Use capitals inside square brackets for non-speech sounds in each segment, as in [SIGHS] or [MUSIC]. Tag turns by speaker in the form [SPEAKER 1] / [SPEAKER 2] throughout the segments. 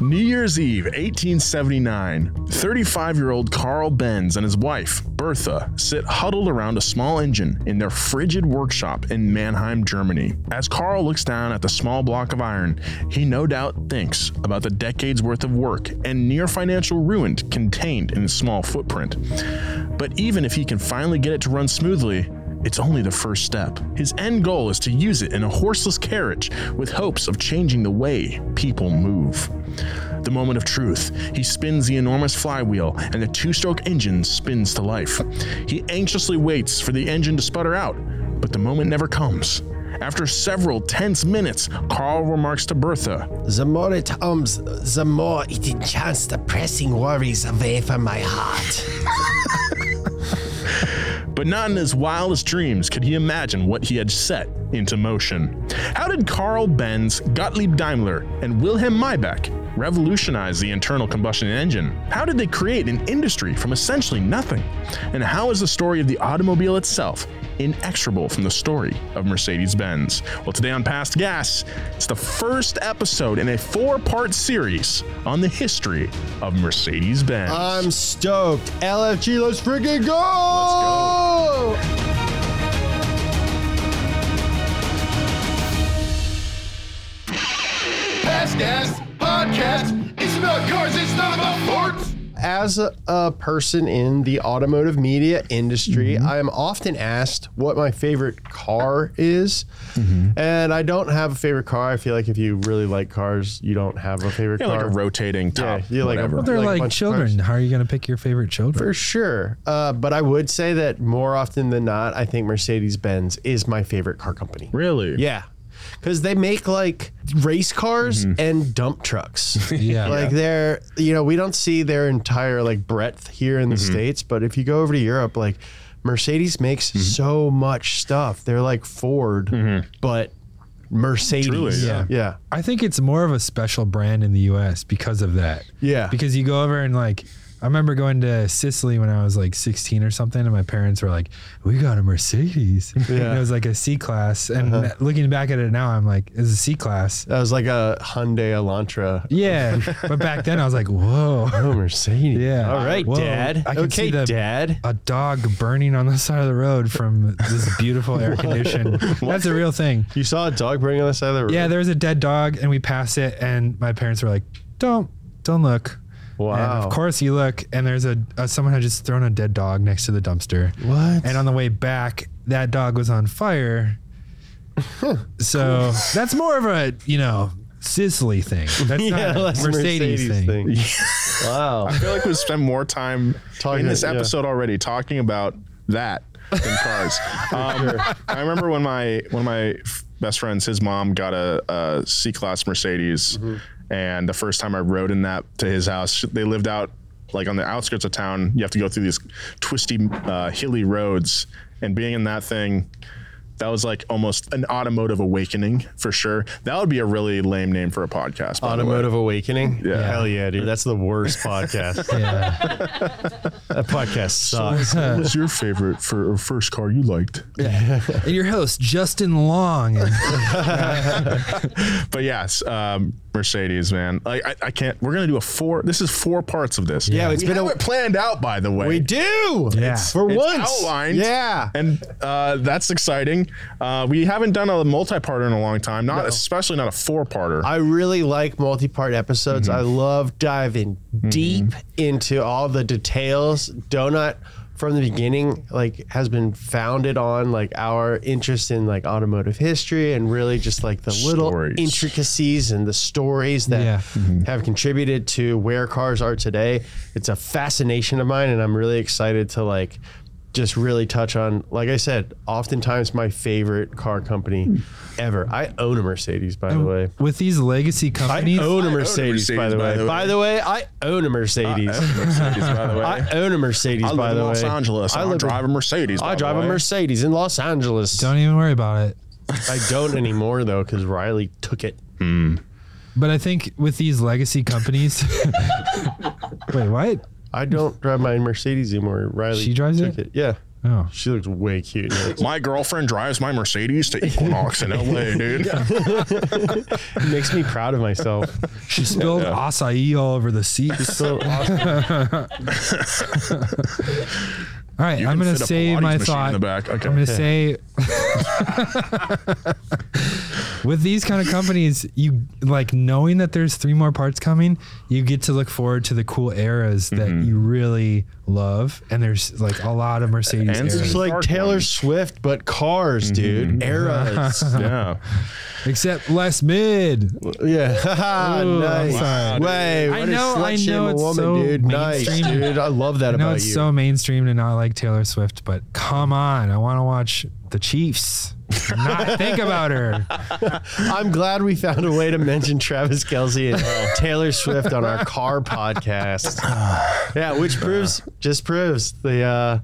[SPEAKER 1] New Year's Eve, 1879, 35 year old Carl Benz and his wife, Bertha, sit huddled around a small engine in their frigid workshop in Mannheim, Germany. As Carl looks down at the small block of iron, he no doubt thinks about the decades worth of work and near financial ruin contained in the small footprint. But even if he can finally get it to run smoothly, it's only the first step. His end goal is to use it in a horseless carriage with hopes of changing the way people move. The moment of truth. He spins the enormous flywheel and the two stroke engine spins to life. He anxiously waits for the engine to sputter out, but the moment never comes. After several tense minutes, Carl remarks to Bertha,
[SPEAKER 2] The more it hums, the more it enchants the pressing worries away from my heart.
[SPEAKER 1] but not in his wildest dreams could he imagine what he had set into motion. How did Carl Benz, Gottlieb Daimler, and Wilhelm Maybach revolutionize the internal combustion engine? How did they create an industry from essentially nothing? And how is the story of the automobile itself inexorable from the story of Mercedes Benz? Well, today on Past Gas, it's the first episode in a four part series on the history of Mercedes Benz.
[SPEAKER 2] I'm stoked. LFG, let's freaking go! Let's go.
[SPEAKER 3] Past Gas Podcast. It's about cars, it's not about forts.
[SPEAKER 2] As a, a person in the automotive media industry, I am often asked what my favorite car is. And I don't have a favorite car. I feel like if you really like cars, you don't have a favorite
[SPEAKER 1] Yeah,
[SPEAKER 2] car.
[SPEAKER 1] like a rotating top.
[SPEAKER 2] you like a-
[SPEAKER 1] whatever.
[SPEAKER 2] Well,
[SPEAKER 4] They're
[SPEAKER 2] like a
[SPEAKER 4] like,
[SPEAKER 2] bunch of
[SPEAKER 4] children.
[SPEAKER 2] cars.
[SPEAKER 4] How are you going to pick your favorite children?
[SPEAKER 2] For sure. Uh, but I would say that more often than not, I think Mercedes Benz is my favorite car company.
[SPEAKER 1] Really?
[SPEAKER 2] Yeah. Because they make like race cars and dump trucks.
[SPEAKER 4] Mm-hmm. [LAUGHS] Yeah.
[SPEAKER 2] Like they're, you know, we don't see their entire like breadth here in the
[SPEAKER 4] Mm-hmm.
[SPEAKER 2] States, but if you go over to Europe, like Mercedes makes
[SPEAKER 4] Mm-hmm.
[SPEAKER 2] so much stuff. They're like Ford, but Mercedes.
[SPEAKER 1] Truly,
[SPEAKER 2] yeah.
[SPEAKER 4] yeah.
[SPEAKER 2] Yeah.
[SPEAKER 4] I think it's more of a special brand in the U.S. because of that.
[SPEAKER 2] Yeah.
[SPEAKER 4] Because you go over and like, I remember going to Sicily when I was like 16 or something, and my parents were like, "We got a Mercedes."
[SPEAKER 2] [LAUGHS] Yeah. Uh-huh.
[SPEAKER 4] And it was like a C class, and looking back at it now, I'm like, "It's a C class."
[SPEAKER 2] That was like a Hyundai Elantra.
[SPEAKER 4] Yeah.
[SPEAKER 2] [LAUGHS]
[SPEAKER 4] but back then, I was like, "Whoa."
[SPEAKER 2] Oh, [LAUGHS] Mercedes.
[SPEAKER 4] Yeah.
[SPEAKER 2] All right,
[SPEAKER 4] Whoa.
[SPEAKER 2] Dad.
[SPEAKER 4] I can
[SPEAKER 2] okay,
[SPEAKER 4] see the-
[SPEAKER 2] Dad.
[SPEAKER 4] A dog burning on the side of the road from this beautiful
[SPEAKER 2] [LAUGHS]
[SPEAKER 4] air condition. That's a real thing.
[SPEAKER 2] You saw a dog burning on the side of the road?
[SPEAKER 4] Yeah, there was a dead dog, and we passed it, and my parents were like, "Don't, don't look." And
[SPEAKER 2] Wow.
[SPEAKER 4] of course, you look, and there's a uh, someone had just thrown a dead dog next to the dumpster.
[SPEAKER 2] What?
[SPEAKER 4] And on the way back, that dog was on fire.
[SPEAKER 2] [LAUGHS]
[SPEAKER 4] so that's more of a you know Sicily thing.
[SPEAKER 2] [LAUGHS]
[SPEAKER 4] That's
[SPEAKER 2] Yeah,
[SPEAKER 4] not a
[SPEAKER 2] that's a
[SPEAKER 4] Mercedes, thing.
[SPEAKER 2] [LAUGHS] wow.
[SPEAKER 4] [LAUGHS]
[SPEAKER 1] I feel like we've spent more time
[SPEAKER 2] Talking-
[SPEAKER 1] in this
[SPEAKER 2] yeah.
[SPEAKER 1] episode already talking about that than
[SPEAKER 2] [LAUGHS]
[SPEAKER 1] cars. um, I remember when my one of my f- best friends, his mom got a, a C class Mercedes,
[SPEAKER 2] Mm-hmm.
[SPEAKER 1] and the first time I rode in that to his house, they lived out like on the outskirts of town. You have to go through these twisty, uh, hilly roads, and being in that thing. That was like almost an automotive awakening for sure. That would be a really lame name for a podcast. by the way.
[SPEAKER 2] Automotive Awakening?
[SPEAKER 1] Yeah.
[SPEAKER 2] Hell yeah, dude. That's the worst podcast.
[SPEAKER 4] [LAUGHS] Yeah.
[SPEAKER 2] that podcast sucks.
[SPEAKER 1] What was your favorite for or first car you liked?
[SPEAKER 4] and your host Justin Long. And
[SPEAKER 1] But yes, um, Mercedes, man. Like I, I can't. We're gonna do a four. This is four parts of this.
[SPEAKER 2] Yeah,
[SPEAKER 1] it's
[SPEAKER 2] it's
[SPEAKER 1] we
[SPEAKER 2] been a-
[SPEAKER 1] have it planned out, by the way.
[SPEAKER 2] We do.
[SPEAKER 4] Yeah.
[SPEAKER 2] For
[SPEAKER 1] It's
[SPEAKER 2] once.
[SPEAKER 1] outlined.
[SPEAKER 2] Yeah.
[SPEAKER 1] and uh, that's exciting. Uh, we haven't done a multi-parter in a long time. Not especially not a four-parter.
[SPEAKER 2] I really like multi part episodes. I love diving deep into all the details. Donut from the beginning like has been founded on like our interest in like automotive history and really just like the little
[SPEAKER 1] Stories.
[SPEAKER 2] intricacies and the stories that
[SPEAKER 4] Yeah.
[SPEAKER 2] have contributed to where cars are today. It's a fascination of mine and I'm really excited to like just really touch on like I said, oftentimes my favorite car company ever. I own a Mercedes by
[SPEAKER 4] Oh.
[SPEAKER 2] the way.
[SPEAKER 4] With these legacy companies,
[SPEAKER 2] I own a
[SPEAKER 1] a
[SPEAKER 2] Mercedes, by,
[SPEAKER 1] Mercedes,
[SPEAKER 2] the way. By the way, I own a Mercedes.
[SPEAKER 1] Mercedes, by
[SPEAKER 2] [LAUGHS]
[SPEAKER 1] the way.
[SPEAKER 2] I own a Mercedes,
[SPEAKER 1] I live
[SPEAKER 2] by
[SPEAKER 1] in
[SPEAKER 2] the
[SPEAKER 1] Los
[SPEAKER 2] way.
[SPEAKER 1] Angeles.
[SPEAKER 2] I
[SPEAKER 1] I,
[SPEAKER 2] live in-
[SPEAKER 1] drive a Mercedes. by
[SPEAKER 2] I
[SPEAKER 1] the
[SPEAKER 2] drive a
[SPEAKER 1] way.
[SPEAKER 2] Mercedes in Los Angeles.
[SPEAKER 4] don't even worry about it.
[SPEAKER 2] I don't anymore though, because Riley took it.
[SPEAKER 4] But I think with these legacy companies, [LAUGHS] wait, what?
[SPEAKER 2] I don't drive my Mercedes anymore. Riley,
[SPEAKER 4] She drives
[SPEAKER 2] took
[SPEAKER 4] it?
[SPEAKER 2] Yeah,
[SPEAKER 4] Oh,
[SPEAKER 2] she looks way cute. in it.
[SPEAKER 1] My girlfriend drives my Mercedes to Equinox in
[SPEAKER 2] [LAUGHS]
[SPEAKER 1] LA, dude.
[SPEAKER 2] It makes me proud of myself.
[SPEAKER 4] she spilled acai all over the seats.
[SPEAKER 2] So awesome.
[SPEAKER 4] All right,
[SPEAKER 1] You
[SPEAKER 4] I'm
[SPEAKER 1] can
[SPEAKER 4] gonna
[SPEAKER 1] fit a
[SPEAKER 4] save
[SPEAKER 1] Pilates
[SPEAKER 4] my
[SPEAKER 1] machine
[SPEAKER 4] thought.
[SPEAKER 1] In the back. Okay.
[SPEAKER 4] I'm gonna
[SPEAKER 1] [LAUGHS]
[SPEAKER 4] say [LAUGHS] with these kind of companies, you like knowing that there's three more parts coming, you get to look forward to the cool eras that
[SPEAKER 1] Mm-hmm.
[SPEAKER 4] you really love. And there's like a lot of Mercedes
[SPEAKER 1] And
[SPEAKER 4] eras.
[SPEAKER 2] It's like
[SPEAKER 1] Dark
[SPEAKER 2] Taylor
[SPEAKER 1] ones.
[SPEAKER 2] Swift, but cars, dude. Eras.
[SPEAKER 1] yeah.
[SPEAKER 4] except less mid.
[SPEAKER 2] Yeah, Haha,
[SPEAKER 4] Ooh,
[SPEAKER 2] [LAUGHS]
[SPEAKER 4] I'm
[SPEAKER 2] nice.
[SPEAKER 4] sorry.
[SPEAKER 2] Way,
[SPEAKER 4] I
[SPEAKER 2] what a
[SPEAKER 4] know- I
[SPEAKER 2] slut shame
[SPEAKER 4] know
[SPEAKER 2] a
[SPEAKER 4] it's
[SPEAKER 2] woman,
[SPEAKER 4] so
[SPEAKER 2] dude. Nice,
[SPEAKER 4] mainstream.
[SPEAKER 2] dude. I love that
[SPEAKER 4] I know
[SPEAKER 2] about
[SPEAKER 4] it's
[SPEAKER 2] you.
[SPEAKER 4] so mainstream to not like Taylor Swift, but come on, I want to watch the Chiefs. Not think
[SPEAKER 1] [LAUGHS]
[SPEAKER 4] about her.
[SPEAKER 2] I'm glad we found a way to mention Travis Kelsey and Taylor Swift on our car podcast.
[SPEAKER 4] [SIGHS]
[SPEAKER 2] Yeah, which proves just proves the uh,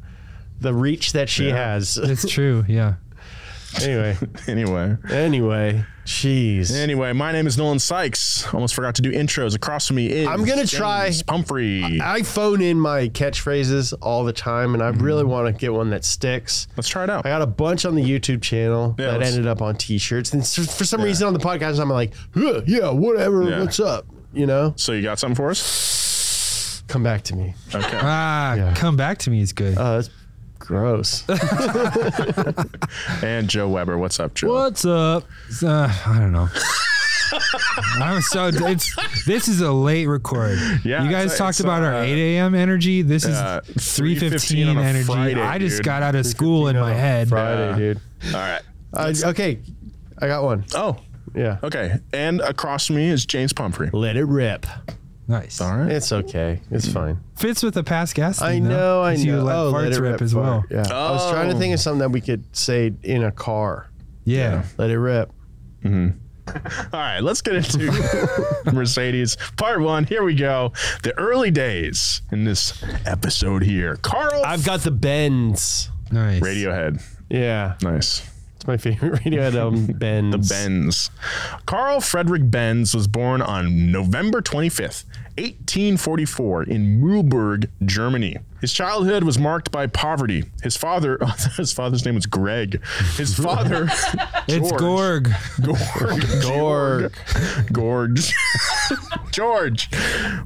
[SPEAKER 2] the reach that she has.
[SPEAKER 4] [LAUGHS] It's true. Yeah.
[SPEAKER 2] Anyway,
[SPEAKER 1] [LAUGHS] Anyway.
[SPEAKER 2] anyway, jeez.
[SPEAKER 1] Anyway, my name is Nolan Sykes. Almost forgot to do intros. Across from me is
[SPEAKER 2] I'm gonna
[SPEAKER 1] James
[SPEAKER 2] try-
[SPEAKER 1] Pumphrey.
[SPEAKER 2] I phone in my catchphrases all the time, and I really
[SPEAKER 4] Mm-hmm.
[SPEAKER 2] want to get one that sticks.
[SPEAKER 1] Let's try it out.
[SPEAKER 2] I got a bunch on the YouTube channel
[SPEAKER 1] Yeah,
[SPEAKER 2] that
[SPEAKER 1] let's-
[SPEAKER 2] ended up on T-shirts, and s- for some reason on the podcast, I'm like, "Huh, yeah, whatever,
[SPEAKER 1] Yeah.
[SPEAKER 2] what's up? You know,
[SPEAKER 1] so you got something for us?
[SPEAKER 2] come back to me. [LAUGHS]
[SPEAKER 1] Okay.
[SPEAKER 4] Ah, come back to me is good.
[SPEAKER 2] Uh, that's gross.
[SPEAKER 1] and Joe Weber, what's up, Joe?
[SPEAKER 4] What's up? It's, Uh, I don't know. I'm so it's this is a late record.
[SPEAKER 1] Yeah,
[SPEAKER 4] you guys
[SPEAKER 1] it's-
[SPEAKER 4] talked
[SPEAKER 1] it's,
[SPEAKER 4] about our
[SPEAKER 1] uh,
[SPEAKER 4] 8 a.m. energy. This is
[SPEAKER 1] uh, 3:15
[SPEAKER 4] 3:15
[SPEAKER 1] on a
[SPEAKER 4] energy.
[SPEAKER 1] Friday,
[SPEAKER 4] I just
[SPEAKER 1] dude.
[SPEAKER 4] got out of school in my
[SPEAKER 2] [LAUGHS]
[SPEAKER 4] head.
[SPEAKER 2] Friday, dude.
[SPEAKER 1] All right.
[SPEAKER 2] I, okay, I got one.
[SPEAKER 1] Oh,
[SPEAKER 2] Yeah.
[SPEAKER 1] okay. And across from me is James Pumphrey.
[SPEAKER 2] Let it rip.
[SPEAKER 4] Nice.
[SPEAKER 1] All right.
[SPEAKER 2] It's okay. It's fine.
[SPEAKER 4] Fits with the past gas.
[SPEAKER 2] I
[SPEAKER 4] thing, though,
[SPEAKER 2] know. I
[SPEAKER 4] 'cause
[SPEAKER 2] know.
[SPEAKER 4] You let
[SPEAKER 2] Oh,
[SPEAKER 4] farts rip, as well.
[SPEAKER 2] part. Yeah. I was trying to think of something that we could say in a car.
[SPEAKER 4] Yeah.
[SPEAKER 2] Let it rip.
[SPEAKER 1] All right, let's get
[SPEAKER 2] [LAUGHS]
[SPEAKER 1] into Mercedes part one. Here we go. The early days in this episode here. Carl
[SPEAKER 2] I've got the bends.
[SPEAKER 4] Nice.
[SPEAKER 1] Radiohead.
[SPEAKER 2] Yeah,
[SPEAKER 1] Nice.
[SPEAKER 2] it's my favorite [LAUGHS] Radiohead album. Bends.
[SPEAKER 1] The Benz. Carl Frederick Benz was born on November 25th, 1844, in Mühlberg, Germany. His childhood was marked by poverty. His father, [LAUGHS] his father's name was Greg. His
[SPEAKER 2] [LAUGHS]
[SPEAKER 1] father,
[SPEAKER 4] It's
[SPEAKER 1] George-
[SPEAKER 4] Gorg.
[SPEAKER 1] Gorg. Gorg. Gorge. [LAUGHS] George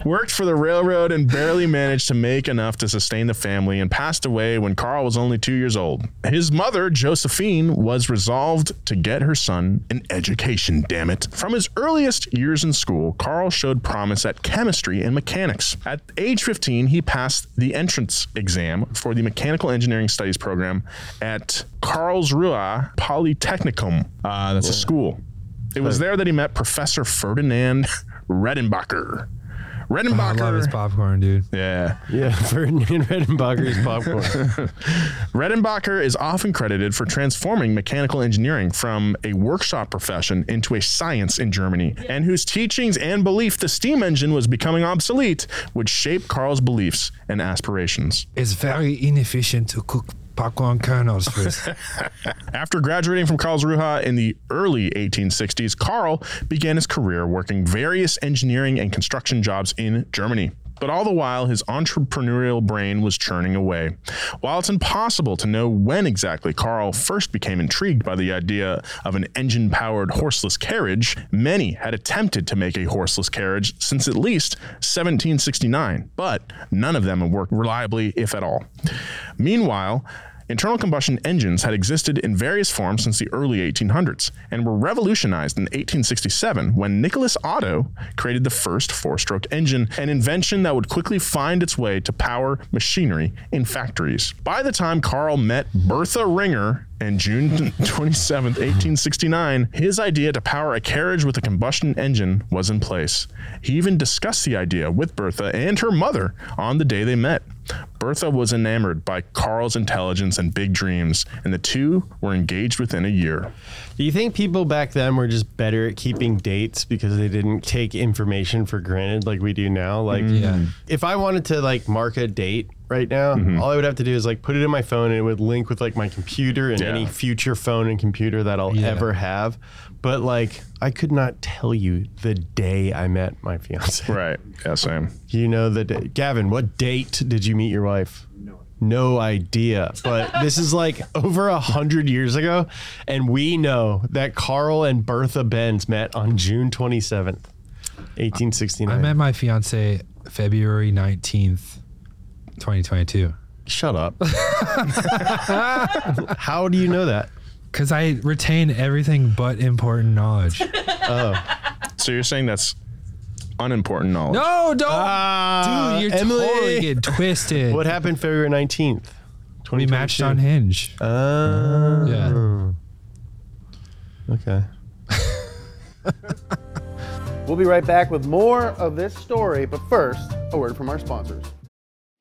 [SPEAKER 1] worked for the railroad and barely managed to make enough to sustain the family and passed away when Carl was only two years old. His mother, Josephine, was resolved to get her son an education, damn it. From his earliest years in school, Carl showed promise at chemistry and mechanics. At age 15, he passed the entrance exam for the mechanical engineering studies program at Karlsruhe Polytechnicum. Uh, that's a school. It was there that he met Professor Ferdinand Redenbacher.
[SPEAKER 4] I love his
[SPEAKER 1] Redenbacher.
[SPEAKER 4] popcorn, dude.
[SPEAKER 1] yeah.
[SPEAKER 2] Yeah, [LAUGHS] Ferdinand Redenbacher's
[SPEAKER 4] [LAUGHS]
[SPEAKER 2] popcorn.
[SPEAKER 1] Redenbacher is often credited for transforming mechanical engineering from a workshop profession into a science in Germany, and whose teachings and belief the steam engine was becoming obsolete would shape Carl's beliefs and aspirations.
[SPEAKER 4] It's very inefficient to cook popcorn kernels [LAUGHS] first.
[SPEAKER 1] After graduating from Karlsruhe in the early 1860s, Carl began his career working various engineering and construction jobs in Germany. But all the while, his entrepreneurial brain was churning away. While it's impossible to know when exactly Carl first became intrigued by the idea of an engine powered horseless carriage, many had attempted to make a horseless carriage since at least 1769, but none of them had worked reliably, if at all. Meanwhile, Internal combustion engines had existed in various forms since the early 1800s and were revolutionized in 1867 when Nicholas Otto created the first four stroke engine, an invention that would quickly find its way to power machinery in factories. By the time Carl met Bertha Ringer, and June 27, 1869, his idea to power a carriage with a combustion engine was in place. He even discussed the idea with Bertha and her mother on the day they met. Bertha was enamored by Carl's intelligence and big dreams, and the two were engaged within a year.
[SPEAKER 2] Do you think people back then were just better at keeping dates because they didn't take information for granted like we do now? Like,
[SPEAKER 4] Mm. Yeah.
[SPEAKER 2] if I wanted to like mark a date right now,
[SPEAKER 4] Mm-hmm.
[SPEAKER 2] all I would have to do is like put it in my phone and it would link with like my computer and
[SPEAKER 1] Yeah.
[SPEAKER 2] any future phone and computer that I'll
[SPEAKER 4] Yeah.
[SPEAKER 2] ever have. But like, I could not tell you the day I met my fiance.
[SPEAKER 1] Right. Yeah, same.
[SPEAKER 2] You know the day. Gavin, what date did you meet your wife? No. No idea. But this is like over a hundred years ago, and we know that Carl and Bertha Benz met on June twenty seventh, eighteen sixty
[SPEAKER 4] I
[SPEAKER 2] nine.
[SPEAKER 4] met my fiance February 19th, 2022.
[SPEAKER 2] Shut
[SPEAKER 4] [LAUGHS]
[SPEAKER 2] up. [LAUGHS] How do you know that?
[SPEAKER 4] Because I retain everything but
[SPEAKER 2] [LAUGHS]
[SPEAKER 4] important knowledge.
[SPEAKER 1] So you're saying that's unimportant knowledge?
[SPEAKER 4] No, don't.
[SPEAKER 2] Ah,
[SPEAKER 4] Dude, you're
[SPEAKER 2] Emily.
[SPEAKER 4] totally getting twisted.
[SPEAKER 2] What happened February nineteenth?
[SPEAKER 4] we matched on Hinge.
[SPEAKER 2] Uh,
[SPEAKER 4] yeah.
[SPEAKER 2] okay.
[SPEAKER 5] We'll be right back with more of this story, but first, a word from our sponsors.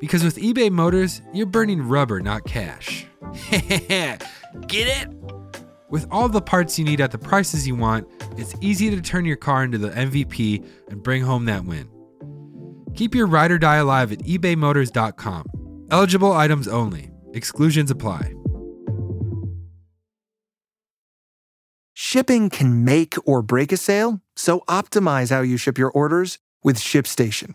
[SPEAKER 6] Because with eBay Motors, you're burning rubber, not cash. [LAUGHS] Get it? With all the parts you need at the prices you want, it's easy to turn your car into the MVP and bring home that win. Keep your ride or die alive at ebaymotors.com. Eligible items only. Exclusions apply.
[SPEAKER 7] Shipping can make or break a sale, so optimize how you ship your orders with ShipStation.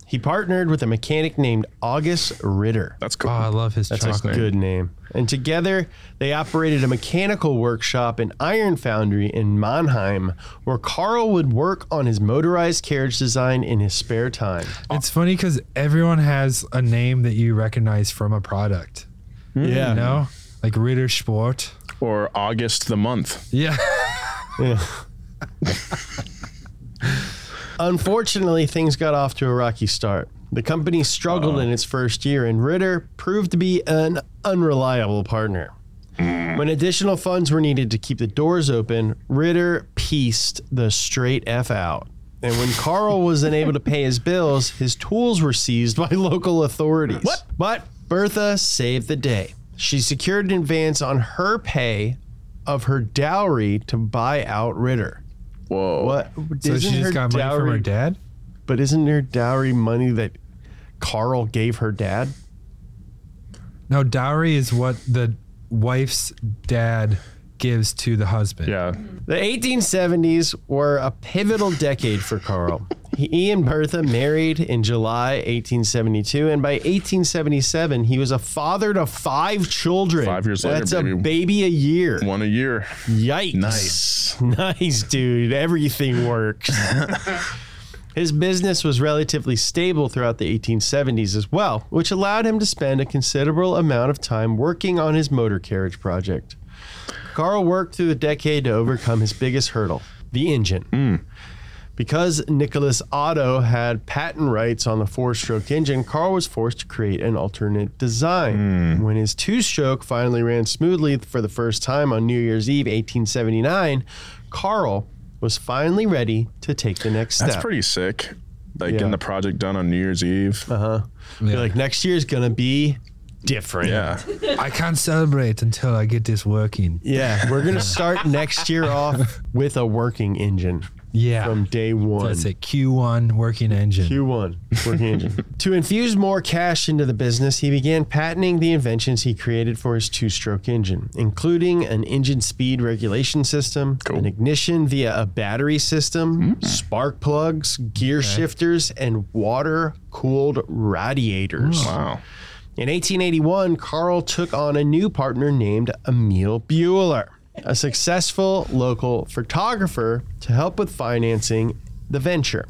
[SPEAKER 2] He partnered with a mechanic named August Ritter.
[SPEAKER 1] That's cool.
[SPEAKER 4] Oh, I love his
[SPEAKER 2] That's
[SPEAKER 4] chocolate.
[SPEAKER 2] a good name. And together, they operated a mechanical workshop and iron foundry in Mannheim, where Carl would work on his motorized carriage design in his spare time.
[SPEAKER 4] It's funny because everyone has a name that you recognize from a product.
[SPEAKER 2] Yeah.
[SPEAKER 4] You know? Like Ritter Sport.
[SPEAKER 1] Or August the month.
[SPEAKER 4] Yeah.
[SPEAKER 2] Yeah. [LAUGHS] Unfortunately, things got off to a rocky start. The company struggled in its first year, and Ritter proved to be an unreliable partner. When additional funds were needed to keep the doors open, Ritter pieced the straight F out. And when Carl was unable to pay his bills, his tools were seized by [LAUGHS] local authorities. What? But Bertha saved the day. She secured an advance on her pay of her dowry to buy out Ritter.
[SPEAKER 1] Whoa.
[SPEAKER 2] What?
[SPEAKER 4] So she just got money from her dad?
[SPEAKER 2] But isn't her dowry money that Carl gave her dad?
[SPEAKER 4] No, dowry is what the wife's dad gives to the husband.
[SPEAKER 1] Yeah.
[SPEAKER 2] The 1870s were a pivotal decade for Carl. he and Bertha married in July 1872, and by 1877, he was a father to five children.
[SPEAKER 1] Five years later,
[SPEAKER 2] That's a
[SPEAKER 1] baby.
[SPEAKER 2] baby a year.
[SPEAKER 1] One a year.
[SPEAKER 2] Yikes.
[SPEAKER 1] Nice.
[SPEAKER 2] [LAUGHS] Nice, dude. Everything works. His business was relatively stable throughout the 1870s as well, which allowed him to spend a considerable amount of time working on his motor carriage project. Carl worked through the decade to overcome his biggest hurdle the engine.
[SPEAKER 1] Mm.
[SPEAKER 2] Because Nicholas Otto had patent rights on the four stroke engine, Carl was forced to create an alternate design.
[SPEAKER 1] Mm.
[SPEAKER 2] When his two stroke finally ran smoothly for the first time on New Year's Eve 1879, Carl was finally ready to take the next step.
[SPEAKER 1] That's pretty sick. Like
[SPEAKER 2] Yeah.
[SPEAKER 1] getting the project done on New Year's Eve.
[SPEAKER 2] Uh huh.
[SPEAKER 4] Yeah.
[SPEAKER 2] Like next year's gonna be different.
[SPEAKER 1] Yeah.
[SPEAKER 4] I can't celebrate until I get this working.
[SPEAKER 2] Yeah, we're gonna start next year off with a working engine
[SPEAKER 4] Yeah.
[SPEAKER 2] from day one.
[SPEAKER 4] That's a Q1 working engine.
[SPEAKER 2] Q1 working engine. [LAUGHS] to infuse more cash into the business, he began patenting the inventions he created for his two-stroke engine, including an engine speed regulation system, an ignition via a battery system, spark plugs, gear shifters, and water-cooled radiators.
[SPEAKER 1] Wow.
[SPEAKER 2] In 1881, Carl took on a new partner named Emil Bueller, a successful local photographer, to help with financing the venture.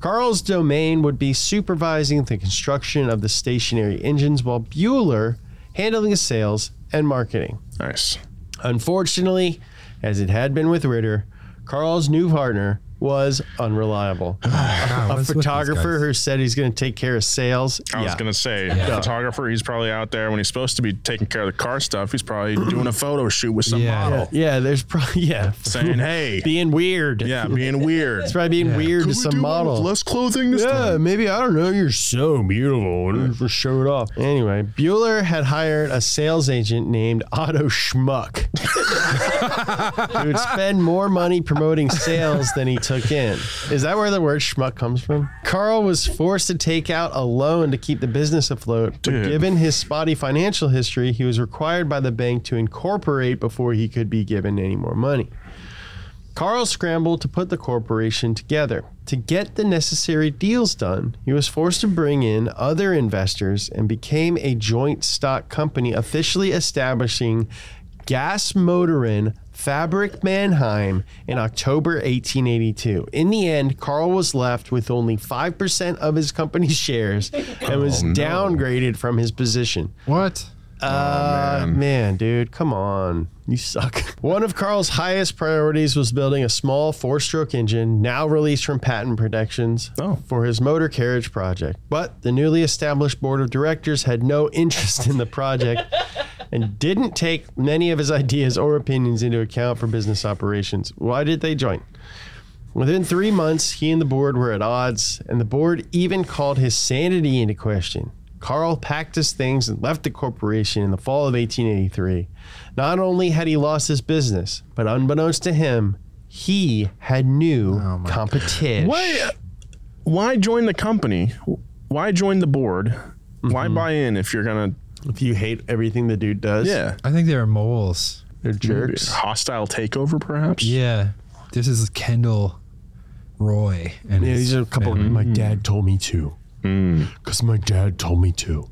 [SPEAKER 2] Carl's domain would be supervising the construction of the stationary engines, while Bueller handling the sales and marketing.
[SPEAKER 1] Nice.
[SPEAKER 2] Unfortunately, as it had been with Ritter, Carl's new partner was
[SPEAKER 4] [SIGHS]
[SPEAKER 2] unreliable.
[SPEAKER 4] God,
[SPEAKER 2] a
[SPEAKER 4] what's with these
[SPEAKER 2] photographer
[SPEAKER 4] guys?
[SPEAKER 2] who said he's going to take care of sales.
[SPEAKER 1] I was
[SPEAKER 2] Yeah.
[SPEAKER 1] gonna say, photographer. He's probably out there when he's supposed to be taking care of the car stuff. He's probably doing a photo shoot with some
[SPEAKER 4] Yeah.
[SPEAKER 1] model,
[SPEAKER 2] Yeah, there's probably [LAUGHS] yeah.
[SPEAKER 1] saying, "Hey,
[SPEAKER 2] [LAUGHS] being weird.
[SPEAKER 1] yeah, being weird."
[SPEAKER 2] It's probably being weird to some model.
[SPEAKER 1] less clothing this
[SPEAKER 2] yeah,
[SPEAKER 1] time.
[SPEAKER 2] maybe I don't know. You're so beautiful. And just show it off. Anyway, Bueller had hired a sales agent named Otto Schmuck, who would spend more money promoting sales than he took in. Is that where the word schmuck comes from? Carl was forced to take out a loan to keep the business afloat, but
[SPEAKER 1] Dude.
[SPEAKER 2] given his spotty financial history, he was required by the bank to incorporate before he could be given any more money. Carl scrambled to put the corporation together. To get the necessary deals done, he was forced to bring in other investors and became a joint stock company, officially establishing Gas Motorin Fabric Mannheim in October 1882. In the end, Carl was left with only 5% of his company's shares and was downgraded from his position.
[SPEAKER 4] What?
[SPEAKER 2] Uh, man. dude, come on. You suck. [LAUGHS] One of Carl's highest priorities was building a small four stroke engine, now released from patent protections,
[SPEAKER 1] Oh.
[SPEAKER 2] for his motor carriage project. But the newly established board of directors had no [LAUGHS] interest in the project and didn't take many of his [LAUGHS] ideas or opinions into account for business operations. Why did they join? Within three months, he and the board were at odds, and the board even called his sanity into question. Carl packed his things and left the corporation in the fall of 1883. Not only had he lost his business, but unbeknownst to him, he had new competition.
[SPEAKER 1] Why? Why join the company? Why join the board? Why buy in if you're gonna?
[SPEAKER 2] If you hate everything the dude does,
[SPEAKER 1] Yeah,
[SPEAKER 4] I think they are moles.
[SPEAKER 2] they're jerks.
[SPEAKER 1] hostile takeover, perhaps.
[SPEAKER 4] Yeah. This is Kendall Roy. And
[SPEAKER 2] Yeah,
[SPEAKER 4] his [LAUGHS]
[SPEAKER 2] these are a couple.
[SPEAKER 4] family.
[SPEAKER 2] My dad told me to. Because my dad told me to.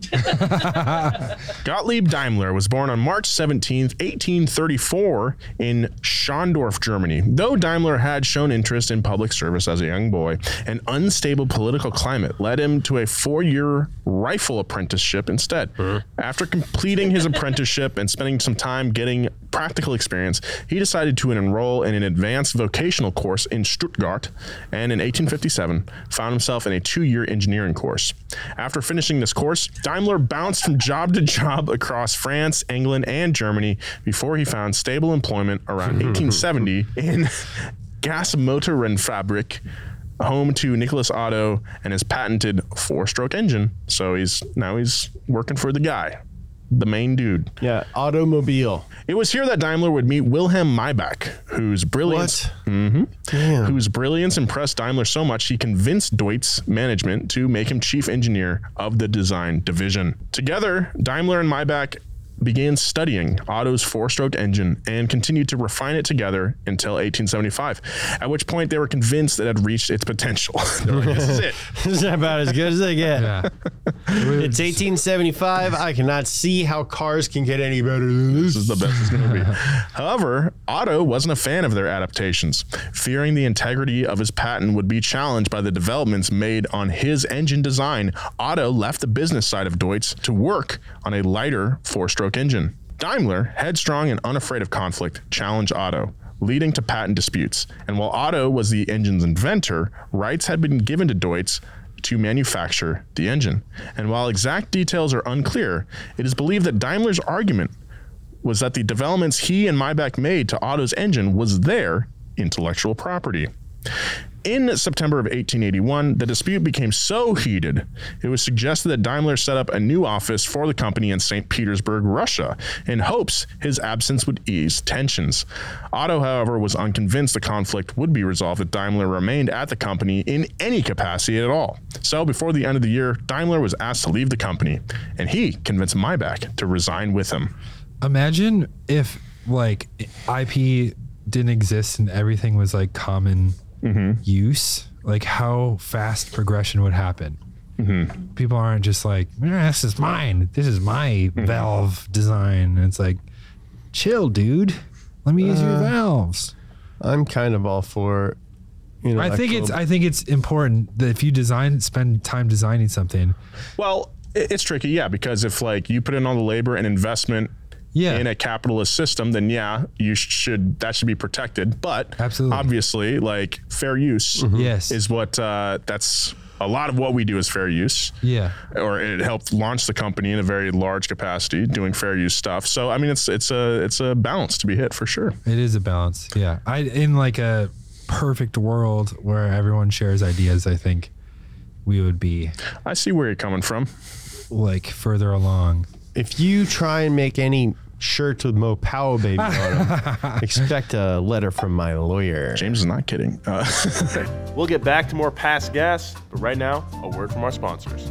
[SPEAKER 1] Gottlieb Daimler was born on March 17, 1834, in Schondorf, Germany. Though Daimler had shown interest in public service as a young boy, an unstable political climate led him to a four year rifle apprenticeship instead. After completing his apprenticeship and spending some time getting practical experience, he decided to enroll in an advanced vocational course in Stuttgart and in 1857 found himself in a two year engineering course. After finishing this course, Daimler bounced from job to job across France, England, and Germany before he found stable employment around 1870 in Gas Motorenfabrik. Home to Nicholas Otto and his patented four-stroke engine, so he's now he's working for the guy, the main dude.
[SPEAKER 2] Yeah, [LAUGHS] automobile.
[SPEAKER 1] It was here that Daimler would meet Wilhelm Maybach, whose brilliance, Mhm. whose brilliance impressed Daimler so much he convinced Deutz management to make him chief engineer of the design division. Together, Daimler and Maybach began studying Otto's four-stroke engine and continued to refine it together until 1875, at which point they were convinced it had reached its potential. [LAUGHS] They're like, this is it.
[SPEAKER 2] this is about as good as they get. It's 1875. I cannot see how cars can get any better than this.
[SPEAKER 1] This is the best it's going to be. However, Otto wasn't a fan of their adaptations, fearing the integrity of his patent would be challenged by the developments made on his engine design. Otto left the business side of Deutz to work on a lighter four-stroke engine. Daimler, headstrong and unafraid of conflict, challenged Otto. Leading to patent disputes. And while Otto was the engine's inventor, rights had been given to Deutz to manufacture the engine. And while exact details are unclear, it is believed that Daimler's argument was that the developments he and Maybach made to Otto's engine was their intellectual property. In September of 1881, the dispute became so heated, it was suggested that Daimler set up a new office for the company in St. Petersburg, Russia, in hopes his absence would ease tensions. Otto, however, was unconvinced the conflict would be resolved if Daimler remained at the company in any capacity at all. So, before the end of the year, Daimler was asked to leave the company, and he convinced Maybach to resign with him.
[SPEAKER 4] Imagine if like IP didn't exist and everything was like common use, like how fast progression would happen. People aren't just like, "Eh, this is mine. This is my valve design. And it's like, chill, dude. Let me use your
[SPEAKER 2] Uh,
[SPEAKER 4] valves.
[SPEAKER 2] I'm kind of all for, you know.
[SPEAKER 4] I think it's I think it's important that if you design spend time designing something,
[SPEAKER 1] Well, i- it's tricky, yeah, because if like you put in all the labor and investment in a capitalist system, then yeah, you sh- should that should be protected. But absolutely, obviously, like fair use,
[SPEAKER 4] Yes.
[SPEAKER 1] is what uh, that's a lot of what we do is fair use.
[SPEAKER 4] Yeah.
[SPEAKER 1] or it helped launch the company in a very large capacity, doing fair use stuff. So I mean, it's it's a it's a balance to be hit for sure.
[SPEAKER 4] It is a balance. Yeah. I in like a perfect world where everyone shares ideas, I think we would be
[SPEAKER 1] I see where you're coming from.
[SPEAKER 4] Like further along.
[SPEAKER 2] If you try and make any shirts with Mo Powell
[SPEAKER 1] [LAUGHS]
[SPEAKER 2] baby on them, expect a letter from my lawyer.
[SPEAKER 1] James is not kidding. Uh, [LAUGHS]
[SPEAKER 5] We'll get back to more past gas, but right now, a word from our sponsors.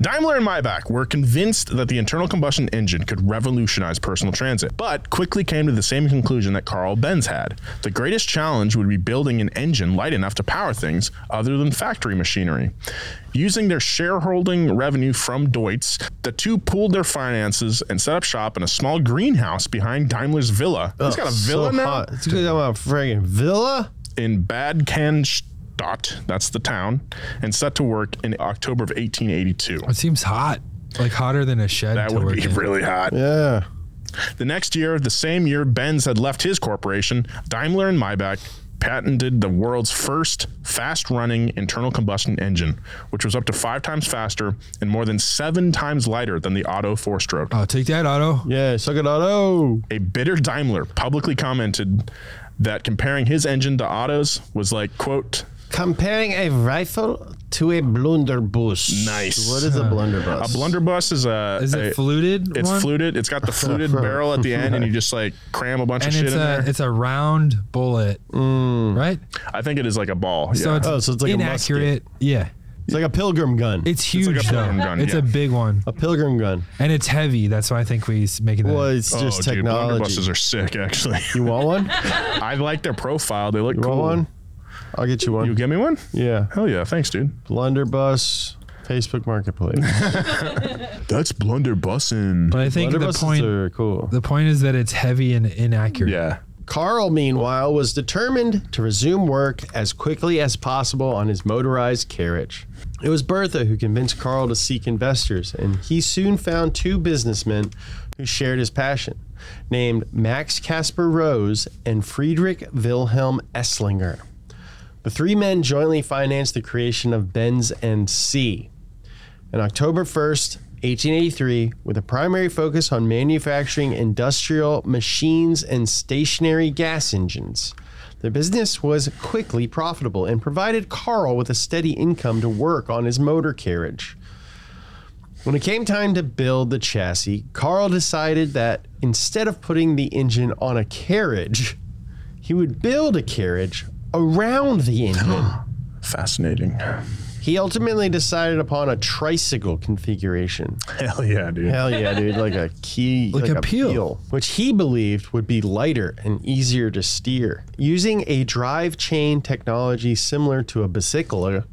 [SPEAKER 1] Daimler and Maybach were convinced that the internal combustion engine could revolutionize personal transit, but quickly came to the same conclusion that Carl Benz had. The greatest challenge would be building an engine light enough to power things other than factory machinery. Using their shareholding revenue from Deutz, the two pooled their finances and set up shop in a small greenhouse behind Daimler's villa. He's got a villa now?
[SPEAKER 2] It's good I'm a friggin' villa.
[SPEAKER 1] in Bad Cannstatt, that's the town, and set to work in October of 1882.
[SPEAKER 4] It seems hot. Like hotter than a shed.
[SPEAKER 1] That
[SPEAKER 4] to
[SPEAKER 1] would
[SPEAKER 4] work
[SPEAKER 1] be
[SPEAKER 4] in.
[SPEAKER 1] really hot.
[SPEAKER 2] Yeah.
[SPEAKER 1] The next year, the same year Benz had left his corporation, Daimler and Maybach patented the world's first fast running internal combustion engine, which was up to five times faster and more than seven times lighter than the Otto four stroke.
[SPEAKER 4] Oh, take that, Otto.
[SPEAKER 2] Yeah, suck it, Oh. Otto.
[SPEAKER 1] A bitter Daimler publicly commented that comparing his engine to Otto's was like, quote,
[SPEAKER 8] Comparing a rifle to a blunderbuss.
[SPEAKER 1] Nice.
[SPEAKER 8] What is a blunderbuss?
[SPEAKER 1] A blunderbuss is a.
[SPEAKER 8] Is it
[SPEAKER 1] a-
[SPEAKER 4] fluted
[SPEAKER 1] It's
[SPEAKER 4] one?
[SPEAKER 1] fluted. It's got the fluted barrel at the end, and you just like cram a bunch
[SPEAKER 4] and
[SPEAKER 1] of shit
[SPEAKER 4] it's
[SPEAKER 1] in
[SPEAKER 4] a
[SPEAKER 1] there. Mm.
[SPEAKER 4] it's a round bullet, right?
[SPEAKER 1] I think it is like a ball.
[SPEAKER 4] So
[SPEAKER 1] yeah.
[SPEAKER 2] Oh,
[SPEAKER 4] it's, inaccurate. yeah,
[SPEAKER 2] it's like a pilgrim gun.
[SPEAKER 4] It's huge though. it's a big one.
[SPEAKER 2] A pilgrim gun,
[SPEAKER 4] and it's heavy. That's why I think we s- make it. Well,
[SPEAKER 2] it's
[SPEAKER 1] oh, dude, blunderbusses are sick, actually.
[SPEAKER 2] You want one?
[SPEAKER 1] [LAUGHS] I like their profile. They look
[SPEAKER 2] You
[SPEAKER 1] cool.
[SPEAKER 2] want one? I'll get you one.
[SPEAKER 1] You get me one?
[SPEAKER 2] Yeah.
[SPEAKER 1] Hell yeah. Thanks, dude.
[SPEAKER 2] Blunderbuss, Facebook Marketplace.
[SPEAKER 1] That's blunderbussin.
[SPEAKER 4] But I think the point the point is that it's heavy and inaccurate.
[SPEAKER 1] Yeah.
[SPEAKER 2] Carl, meanwhile, was determined to resume work as quickly as possible on his motorized carriage. It was Bertha who convinced Carl to seek investors, and he soon found two businessmen who shared his passion, named Max Casper Rose and Friedrich Wilhelm Esslinger. The three men jointly financed the creation of Benz and C, on October 1st, 1883, with a primary focus on manufacturing industrial machines and stationary gas engines. The business was quickly profitable and provided Carl with a steady income to work on his motor carriage. When it came time to build the chassis, Carl decided that instead of putting the engine on a carriage, he would build a carriage around the engine.
[SPEAKER 1] Fascinating.
[SPEAKER 2] He ultimately decided upon a tricycle configuration.
[SPEAKER 1] Hell yeah, dude.
[SPEAKER 2] Hell yeah, dude. Like a key,
[SPEAKER 1] [LAUGHS] Like a peel.
[SPEAKER 2] which he believed would be lighter and easier to steer. Using a drive chain technology similar to
[SPEAKER 1] [LAUGHS]
[SPEAKER 2] a bicycle,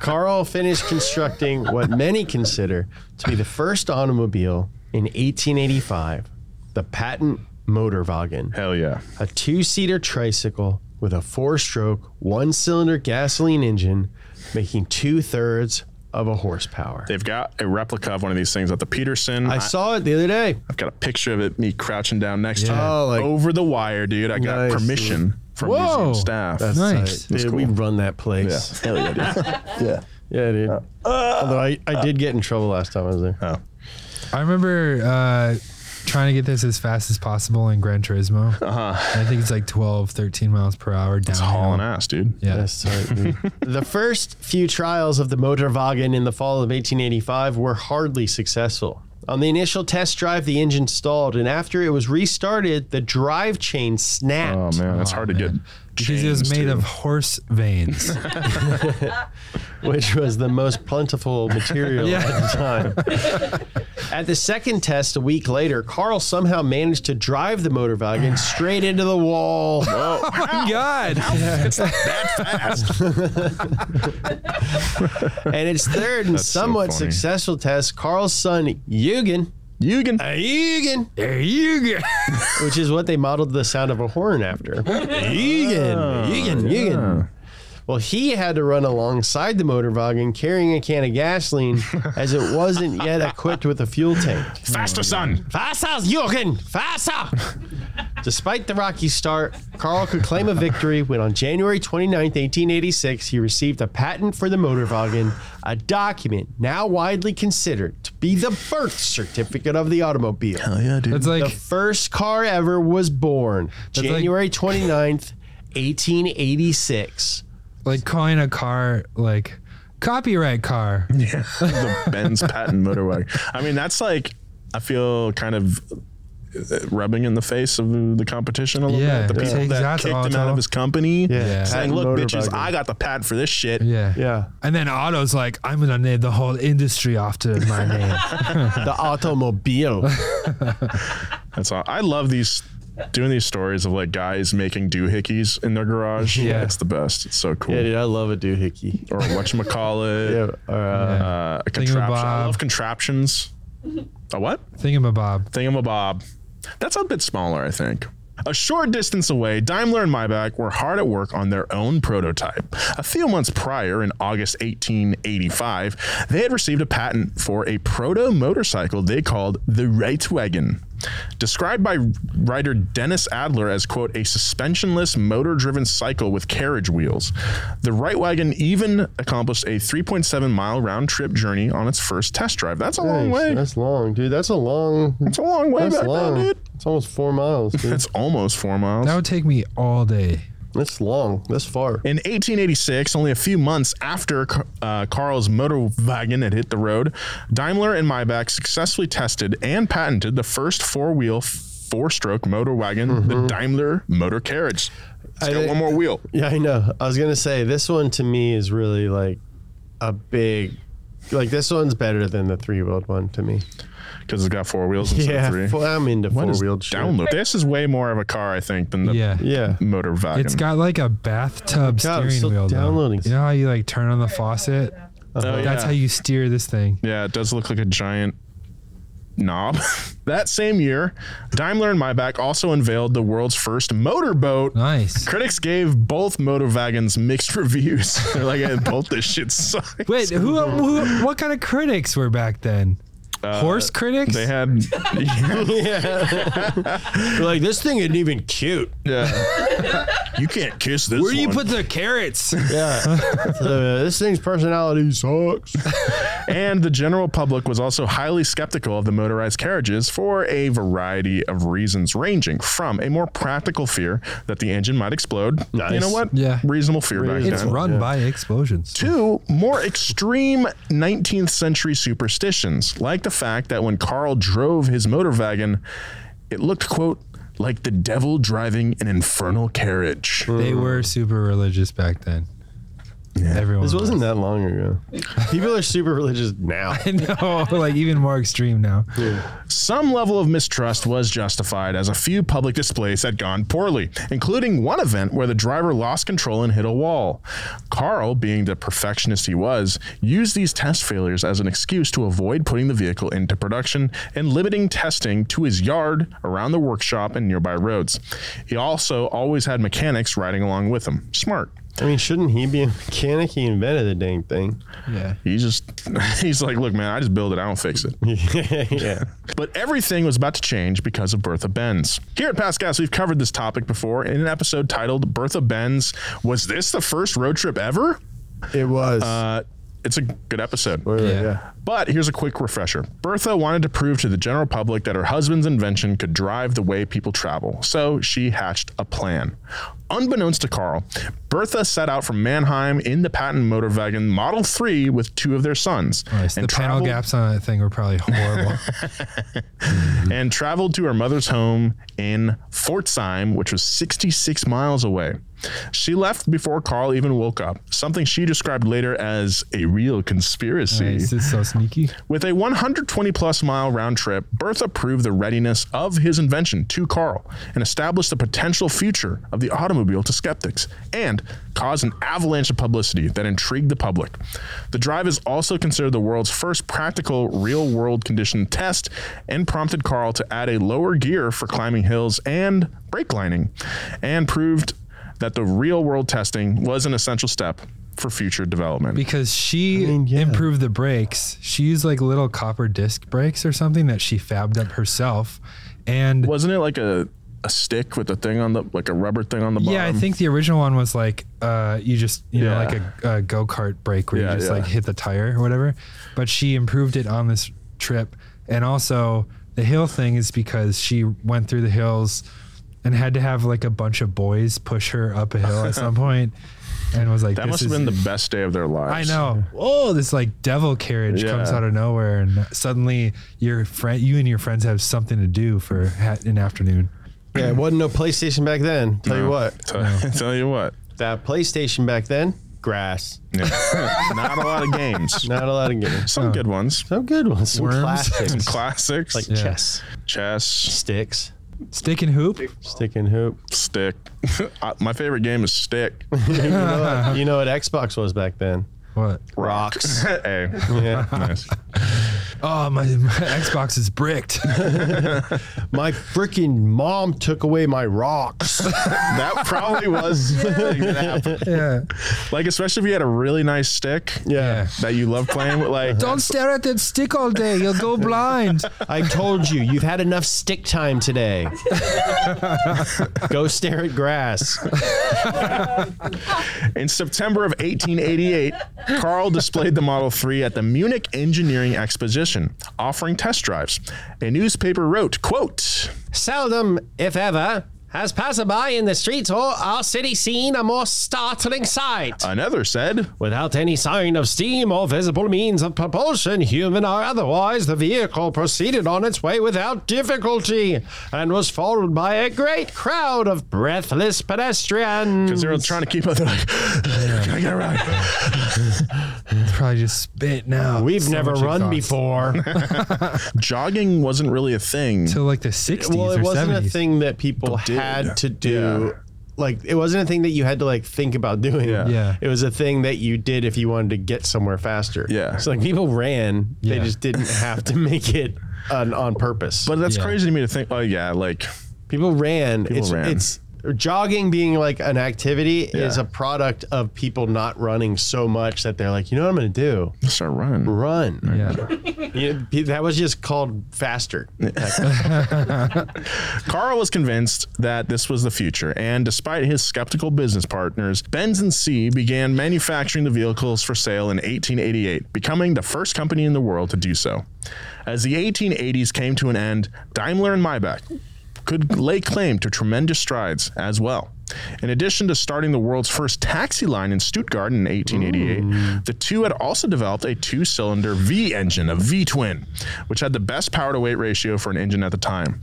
[SPEAKER 2] Carl finished constructing what many consider to be the first automobile in 1885 the patent motorwagen.
[SPEAKER 1] Hell yeah.
[SPEAKER 2] A two seater tricycle with a four stroke, one cylinder gasoline engine making two thirds of a horsepower.
[SPEAKER 1] They've got a replica of one of these things at the Peterson.
[SPEAKER 2] I saw it the other day.
[SPEAKER 1] I've got a picture of it, me crouching down next to
[SPEAKER 2] Yeah.
[SPEAKER 1] it.
[SPEAKER 2] Oh, like-
[SPEAKER 1] over the wire, dude. I got
[SPEAKER 2] Nice,
[SPEAKER 1] permission
[SPEAKER 2] dude.
[SPEAKER 1] from
[SPEAKER 2] Whoa.
[SPEAKER 1] museum staff.
[SPEAKER 2] That's
[SPEAKER 1] That's
[SPEAKER 2] tight. Dude, we run that
[SPEAKER 1] Yeah. Uh,
[SPEAKER 2] place.
[SPEAKER 1] Hell yeah, [LAUGHS] dude. yeah.
[SPEAKER 2] Yeah, dude. Although I, I did get in trouble last time I was there.
[SPEAKER 1] Oh.
[SPEAKER 4] I remember uh, trying to get this as fast as possible in Gran Turismo. Uh-huh. I think it's like 12, 13 miles per hour down. It's hauling
[SPEAKER 1] ass, dude.
[SPEAKER 4] Yeah.
[SPEAKER 1] [LAUGHS]
[SPEAKER 2] the first few trials of the Motorwagen in the fall of 1885 were hardly successful. On the initial test drive, the engine stalled, and after it was restarted, the drive chain snapped.
[SPEAKER 1] Oh man, that's hard to get.
[SPEAKER 4] because it was
[SPEAKER 2] chains,
[SPEAKER 4] made
[SPEAKER 2] too.
[SPEAKER 4] of horse
[SPEAKER 1] [LAUGHS]
[SPEAKER 4] veins.
[SPEAKER 2] which was the
[SPEAKER 1] [LAUGHS]
[SPEAKER 2] most plentiful material at the time. At the second test a week later, Carl somehow managed to drive the motorwagon straight into the wall.
[SPEAKER 4] Oh my [LAUGHS] god!
[SPEAKER 1] It's not that fast.
[SPEAKER 2] and
[SPEAKER 1] [LAUGHS]
[SPEAKER 2] its third and
[SPEAKER 1] That's so
[SPEAKER 2] somewhat
[SPEAKER 1] funny.
[SPEAKER 2] successful test, Carl's son Eugen.
[SPEAKER 1] Eugen.
[SPEAKER 2] Eugen.
[SPEAKER 4] Eugen.
[SPEAKER 2] [LAUGHS] which is what they modeled the sound of a horn after. Eugen.
[SPEAKER 1] Oh,
[SPEAKER 2] Eugen.
[SPEAKER 1] yeah.
[SPEAKER 2] Eugen. Well, he had to run alongside the motorwagen carrying a can of gasoline as it wasn't yet equipped with a fuel tank.
[SPEAKER 1] Faster, son.
[SPEAKER 2] Faster, Jürgen! Faster! [LAUGHS] Despite the rocky start, Carl could claim a victory when on January 29, 1886, he received a patent for the motorwagen, a document now widely considered to be the birth certificate of the automobile. Hell
[SPEAKER 1] yeah, dude.
[SPEAKER 4] That's like-
[SPEAKER 2] the first car ever was born
[SPEAKER 4] That's like-
[SPEAKER 2] January 29th, 1886.
[SPEAKER 4] like calling a car like copyright car.
[SPEAKER 1] Yeah. the Benz patent motorway. I mean, that's like I feel kind of rubbing in the face of the competition a little
[SPEAKER 4] Yeah,
[SPEAKER 1] bit. The
[SPEAKER 4] yeah.
[SPEAKER 1] people that
[SPEAKER 4] Exactly,
[SPEAKER 1] kicked him out
[SPEAKER 4] Otto.
[SPEAKER 1] of his company,
[SPEAKER 4] Yeah.
[SPEAKER 1] saying,
[SPEAKER 4] Patent
[SPEAKER 1] "Look, bitches,
[SPEAKER 4] motorwagon.
[SPEAKER 1] I got the patent for this shit."
[SPEAKER 4] Yeah.
[SPEAKER 2] Yeah.
[SPEAKER 4] And then Otto's like, I'm gonna name the whole industry after my [LAUGHS] name.
[SPEAKER 2] The automobile.
[SPEAKER 1] That's all. I love these doing these stories of like guys making doohickeys in their garage.
[SPEAKER 2] Yeah.
[SPEAKER 1] it's the best. It's so cool.
[SPEAKER 2] Yeah, dude, [LAUGHS] I love a doohickey.
[SPEAKER 1] Or whatchamacallit.
[SPEAKER 2] [LAUGHS] yeah, or, uh,
[SPEAKER 1] uh, a contraption. I
[SPEAKER 4] Thingamabob.
[SPEAKER 1] love contraptions. A what?
[SPEAKER 4] Thingamabob.
[SPEAKER 1] Thingamabob. That's a bit smaller, I think. A short distance away, Daimler and Maybach were hard at work on their own prototype. A few months prior, in August 1885, they had received a patent for a proto motorcycle they called the Reitwagen. Described by writer Dennis Adler as, quote, a suspensionless motor driven cycle with carriage wheels. The Reitwagen even accomplished a 3.7 mile round trip journey on its first test drive. That's a long
[SPEAKER 2] Nice.
[SPEAKER 1] way.
[SPEAKER 2] That's long, dude. That's a long.
[SPEAKER 1] That's a long way
[SPEAKER 2] That's
[SPEAKER 1] back then,
[SPEAKER 2] long.
[SPEAKER 1] dude.
[SPEAKER 2] It's almost four miles. Dude.
[SPEAKER 1] It's almost four miles.
[SPEAKER 4] That would take me all day.
[SPEAKER 2] It's long, this far.
[SPEAKER 1] In 1886, only a few months after uh, Carl's motor wagon had hit the road, Daimler and Maybach successfully tested and patented the first four wheel, four stroke motor wagon,
[SPEAKER 2] Mm-hmm.
[SPEAKER 1] the Daimler motor carriage. It's got one more wheel.
[SPEAKER 2] Yeah, I know. I was gonna say this one to me is really like a big, like this one's better than the three wheeled one to me.
[SPEAKER 1] Because it's got four wheels instead of
[SPEAKER 2] yeah,
[SPEAKER 1] three.
[SPEAKER 2] four- I'm into
[SPEAKER 1] What
[SPEAKER 2] four
[SPEAKER 1] is
[SPEAKER 2] wheeled.
[SPEAKER 1] download? This is way more of a car, I think, than the
[SPEAKER 4] Yeah.
[SPEAKER 1] [LAUGHS]
[SPEAKER 2] yeah.
[SPEAKER 1] motor wagon.
[SPEAKER 4] It's got like a bathtub
[SPEAKER 1] God, I'm
[SPEAKER 4] steering
[SPEAKER 1] still
[SPEAKER 4] wheel. though.
[SPEAKER 1] downloading.
[SPEAKER 4] You know how you like turn on the faucet?
[SPEAKER 1] Oh,
[SPEAKER 4] That's
[SPEAKER 1] yeah.
[SPEAKER 4] how you steer
[SPEAKER 1] [LAUGHS]
[SPEAKER 4] this thing.
[SPEAKER 1] Yeah, it does look like a giant knob. [LAUGHS] that same year, Daimler and Maybach also unveiled the world's first motorboat.
[SPEAKER 4] Nice.
[SPEAKER 1] Critics gave both motor wagons mixed [LAUGHS] reviews. They're like, "Hey, both this shit sucks.
[SPEAKER 4] Wait, who, who? What kind of critics were back then? Horse critics?
[SPEAKER 1] Uh, They had. [LAUGHS]
[SPEAKER 2] [LAUGHS]
[SPEAKER 8] like this thing isn't even cute.
[SPEAKER 1] Yeah. you can't kiss this.
[SPEAKER 8] Where do you
[SPEAKER 1] one.
[SPEAKER 8] put the
[SPEAKER 1] [LAUGHS]
[SPEAKER 8] carrots?
[SPEAKER 2] [LAUGHS] Yeah. Uh, this thing's personality sucks.
[SPEAKER 1] and the general public was also highly skeptical of the motorized carriages for a variety of reasons, ranging from a more practical fear that the engine might explode. You know what?
[SPEAKER 4] Yeah.
[SPEAKER 1] Reasonable fear back
[SPEAKER 4] It's
[SPEAKER 1] then.
[SPEAKER 4] run by explosions.
[SPEAKER 1] Two more extreme 19th century superstitions, like the fact that when Carl drove his motor wagon, it looked, quote, like the devil driving an infernal carriage.
[SPEAKER 4] They were super religious back then. Everyone.
[SPEAKER 2] This wasn't that long ago. People are super religious now.
[SPEAKER 4] I [LAUGHS] know, like even more extreme now.
[SPEAKER 1] Some level of mistrust was justified as a few public displays had gone poorly, including one event where the driver lost control and hit a wall. Carl, being the perfectionist he was, used these test failures as an excuse to avoid putting the vehicle into production and limiting testing to his yard, around the workshop, and nearby roads. He also always had mechanics riding along with him. Smart.
[SPEAKER 2] I mean, shouldn't he be a mechanic? He invented the dang thing.
[SPEAKER 4] Yeah.
[SPEAKER 1] He just [LAUGHS] he's like, look, man, I just build it, I don't fix it.
[SPEAKER 2] yeah.
[SPEAKER 1] But everything was about to change because of Bertha Benz. Here at Pascast, we've covered this topic before in an episode titled Bertha Benz. Was this the first road trip ever?
[SPEAKER 2] It was.
[SPEAKER 1] Uh, it's a good episode.
[SPEAKER 2] yeah.
[SPEAKER 1] But here's a quick refresher. Bertha wanted to prove to the general public that her husband's invention could drive the way people travel, so she hatched a plan. Unbeknownst to Carl, Bertha set out from Mannheim in the patent motor wagon Model 3 with two of their sons
[SPEAKER 4] Nice. The panel gaps on that thing were
[SPEAKER 1] [LAUGHS]
[SPEAKER 4] probably horrible.
[SPEAKER 1] and traveled to her mother's home in Fortsheim, which was 66 miles away. She left before Carl even woke up, something she described later as a real conspiracy.
[SPEAKER 4] nice. It's so sneaky.
[SPEAKER 1] With a 120 plus mile round trip, Bertha proved the readiness of his invention to Carl and established the potential future of the automobile to skeptics and caused an avalanche of publicity that intrigued the public. The drive is also considered the world's first practical real world condition test and prompted Carl to add a lower gear for climbing hills and brake lining and proved that the real world testing was an essential step for future development.
[SPEAKER 4] Because she improved the brakes. She used like little copper disc brakes or something that she fabbed up herself. And
[SPEAKER 1] Wasn't it like a a stick with a thing on the like a rubber thing on the bottom?
[SPEAKER 4] yeah, I think the original one was like uh, you just you know
[SPEAKER 1] Yeah.
[SPEAKER 4] like a, a go kart brake where
[SPEAKER 1] Yeah,
[SPEAKER 4] you just
[SPEAKER 1] yeah.
[SPEAKER 4] like hit the tire or whatever. But she improved it on this trip, and also the hill thing is because she went through the hills and had to have like a bunch of boys push her up a hill at
[SPEAKER 1] [LAUGHS]
[SPEAKER 4] some point, and was like,
[SPEAKER 1] that
[SPEAKER 4] "This
[SPEAKER 1] must have
[SPEAKER 4] is
[SPEAKER 1] been the best day of their
[SPEAKER 4] I
[SPEAKER 1] lives.
[SPEAKER 4] know. Oh, this like devil carriage comes
[SPEAKER 1] Yeah.
[SPEAKER 4] out of nowhere, and suddenly your friend, you and your friends have something to do for ha- an afternoon.
[SPEAKER 2] Yeah, it wasn't no PlayStation back then. Tell you
[SPEAKER 1] No.
[SPEAKER 2] what.
[SPEAKER 1] [LAUGHS] Tell, tell you what,
[SPEAKER 2] That PlayStation back then, grass.
[SPEAKER 1] yeah. [LAUGHS] not a lot of games.
[SPEAKER 2] Not a lot of games.
[SPEAKER 1] Some good ones,
[SPEAKER 2] Some good ones. Some
[SPEAKER 4] Worms.
[SPEAKER 2] classics.
[SPEAKER 1] some
[SPEAKER 4] [LAUGHS]
[SPEAKER 1] classics
[SPEAKER 2] Like
[SPEAKER 4] Yeah.
[SPEAKER 2] chess.
[SPEAKER 1] chess,
[SPEAKER 2] Sticks.
[SPEAKER 4] Stick and hoop.
[SPEAKER 2] Stick and hoop.
[SPEAKER 1] stick. [LAUGHS] Uh, My favorite game is stick.
[SPEAKER 2] you, know
[SPEAKER 4] Uh-huh.
[SPEAKER 2] what, you know what Xbox was back then?
[SPEAKER 4] What?
[SPEAKER 2] Rocks.
[SPEAKER 1] [LAUGHS] hey,
[SPEAKER 2] Yeah.
[SPEAKER 1] nice.
[SPEAKER 4] Oh, my, my [LAUGHS] Xbox is bricked.
[SPEAKER 2] [LAUGHS] My freaking mom took away my
[SPEAKER 4] [LAUGHS]
[SPEAKER 2] rocks.
[SPEAKER 1] That probably was the thing that happened.
[SPEAKER 4] [LAUGHS] yeah.
[SPEAKER 1] [LAUGHS] like especially if you had a really nice stick
[SPEAKER 2] Yeah.
[SPEAKER 1] that you love playing with. Like
[SPEAKER 4] Don't stare at that stick all day. You'll go blind.
[SPEAKER 8] I told you, you've had enough stick time
[SPEAKER 4] [LAUGHS]
[SPEAKER 8] today.
[SPEAKER 2] Go stare at grass.
[SPEAKER 1] In September of 1888, Carl displayed the Model 3 at the Munich Engineering Exposition, offering test drives. A newspaper wrote, quote,
[SPEAKER 8] Seldom, if ever, Has passerby in the streets or our city seen a more startling sight?
[SPEAKER 1] Another said,
[SPEAKER 8] Without any sign of steam or visible means of propulsion, human or otherwise, the vehicle proceeded on its way without difficulty and was followed by a great crowd of breathless pedestrians.
[SPEAKER 1] Because they're trying to keep up, they're like, Can I get a ride?
[SPEAKER 4] It's probably just spitting out.
[SPEAKER 8] We've
[SPEAKER 4] so
[SPEAKER 8] never
[SPEAKER 4] much
[SPEAKER 8] run
[SPEAKER 1] [LAUGHS]
[SPEAKER 4] exhaust.
[SPEAKER 8] before.
[SPEAKER 1] Jogging wasn't really a thing.
[SPEAKER 4] Till like the 60s
[SPEAKER 2] well, it
[SPEAKER 4] or
[SPEAKER 2] wasn't
[SPEAKER 4] 70s.
[SPEAKER 2] a thing that people had to do. Like it wasn't a thing that you had to like think about doing.
[SPEAKER 1] Yeah.
[SPEAKER 4] Yeah.
[SPEAKER 2] It was a thing that you did if you wanted to get somewhere faster.
[SPEAKER 1] Yeah.
[SPEAKER 2] So like people ran,
[SPEAKER 4] Yeah.
[SPEAKER 2] they just didn't have to make it on, on purpose.
[SPEAKER 1] But that's
[SPEAKER 4] Yeah.
[SPEAKER 1] crazy to me to think, oh, yeah, like,
[SPEAKER 2] people ran. it's
[SPEAKER 1] ran.
[SPEAKER 2] it's jogging being like an activity
[SPEAKER 1] Yeah.
[SPEAKER 2] is a product of people not running so much that they're like, you know what I'm going to do?
[SPEAKER 1] start running.
[SPEAKER 2] Run.
[SPEAKER 4] Yeah.
[SPEAKER 2] [LAUGHS] You- that was just called faster.
[SPEAKER 1] Carl was convinced that this was the future, and despite his skeptical business partners, Benz and C began manufacturing the vehicles for sale in 1888, becoming the first company in the world to do so. As the 1880s came to an end, Daimler and Maybach could lay claim to tremendous strides as well. In addition to starting the world's first taxi line in Stuttgart in 1888, the two had also developed a two cylinder V engine, a V twin, which had the best power to weight ratio for an engine at the time.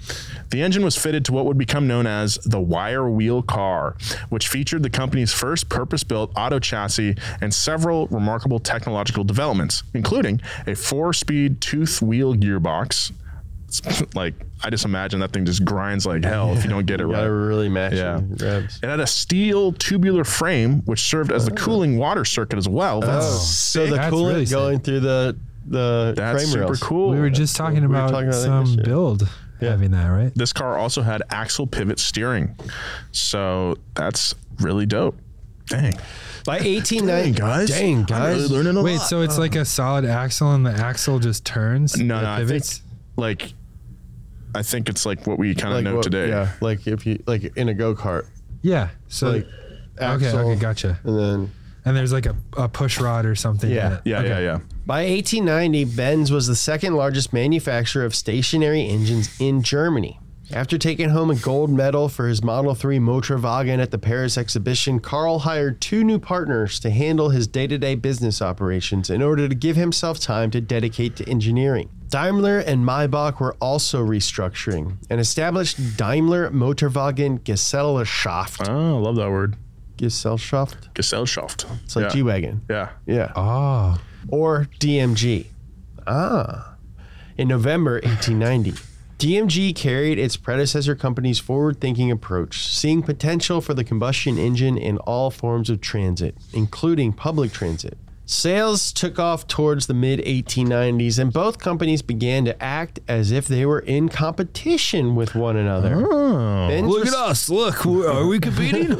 [SPEAKER 1] The engine was fitted to what would become known as the wire wheel car, which featured the company's first purpose built auto chassis and several remarkable technological developments, including a four speed tooth wheel gearbox. [LAUGHS] Like, I just imagine that thing just grinds like hell if you don't get it
[SPEAKER 2] I
[SPEAKER 1] right.
[SPEAKER 2] really match
[SPEAKER 1] Yeah.
[SPEAKER 2] revs.
[SPEAKER 1] It had a steel tubular frame, which served as the cooling water circuit as well. That's
[SPEAKER 2] Oh. So the
[SPEAKER 4] That's
[SPEAKER 2] coolant
[SPEAKER 4] really sick.
[SPEAKER 2] going through the the
[SPEAKER 1] that's
[SPEAKER 2] frame
[SPEAKER 1] super
[SPEAKER 2] rails.
[SPEAKER 1] cool.
[SPEAKER 4] We were just talking,
[SPEAKER 2] we were
[SPEAKER 4] about
[SPEAKER 2] talking about that
[SPEAKER 4] some
[SPEAKER 2] yesterday.
[SPEAKER 4] build having that, right?
[SPEAKER 1] this car also had axle pivot steering, so that's really dope. Dang,
[SPEAKER 2] By 1890,
[SPEAKER 1] dang guys, I'm
[SPEAKER 2] Dang,
[SPEAKER 1] really
[SPEAKER 2] guys.
[SPEAKER 1] learning a
[SPEAKER 4] Wait,
[SPEAKER 1] lot.
[SPEAKER 4] so it's like a solid axle and the axle just turns?
[SPEAKER 1] no,
[SPEAKER 4] It
[SPEAKER 1] no, I think
[SPEAKER 4] pivots?
[SPEAKER 1] like I think it's like what we kind of
[SPEAKER 2] like
[SPEAKER 1] know
[SPEAKER 2] what-
[SPEAKER 1] today.
[SPEAKER 2] Yeah, like if you like in a go kart,
[SPEAKER 4] Yeah. So,
[SPEAKER 2] like
[SPEAKER 4] okay,
[SPEAKER 2] axle,
[SPEAKER 4] okay, gotcha.
[SPEAKER 2] And then
[SPEAKER 4] And there's like a, a push rod or something. in
[SPEAKER 2] Yeah.
[SPEAKER 4] it.
[SPEAKER 1] yeah,
[SPEAKER 4] Okay.
[SPEAKER 1] yeah, yeah.
[SPEAKER 2] by 1890, Benz was the second largest manufacturer of stationary engines in Germany. After taking home a gold medal for his Model 3 Motorwagen at the Paris exhibition, Carl hired two new partners to handle his day to day business operations in order to give himself time to dedicate to engineering. Daimler and Maybach were also restructuring and established Daimler Motorwagen Gesellschaft.
[SPEAKER 1] Oh, I love that word,
[SPEAKER 2] Gesellschaft?
[SPEAKER 1] Gesellschaft.
[SPEAKER 2] It's like
[SPEAKER 1] yeah.
[SPEAKER 2] G Wagon.
[SPEAKER 1] Yeah,
[SPEAKER 2] Yeah.
[SPEAKER 4] Oh,
[SPEAKER 2] or DMG. Ah. In November 1890, DMG carried its predecessor company's forward thinking approach, seeing potential for the combustion engine in all forms of transit, including public transit. Sales took off towards the mid 1890s, and both companies began to act as if they were in competition with one another. Benz was-
[SPEAKER 4] us. Look, are we [LAUGHS] competing?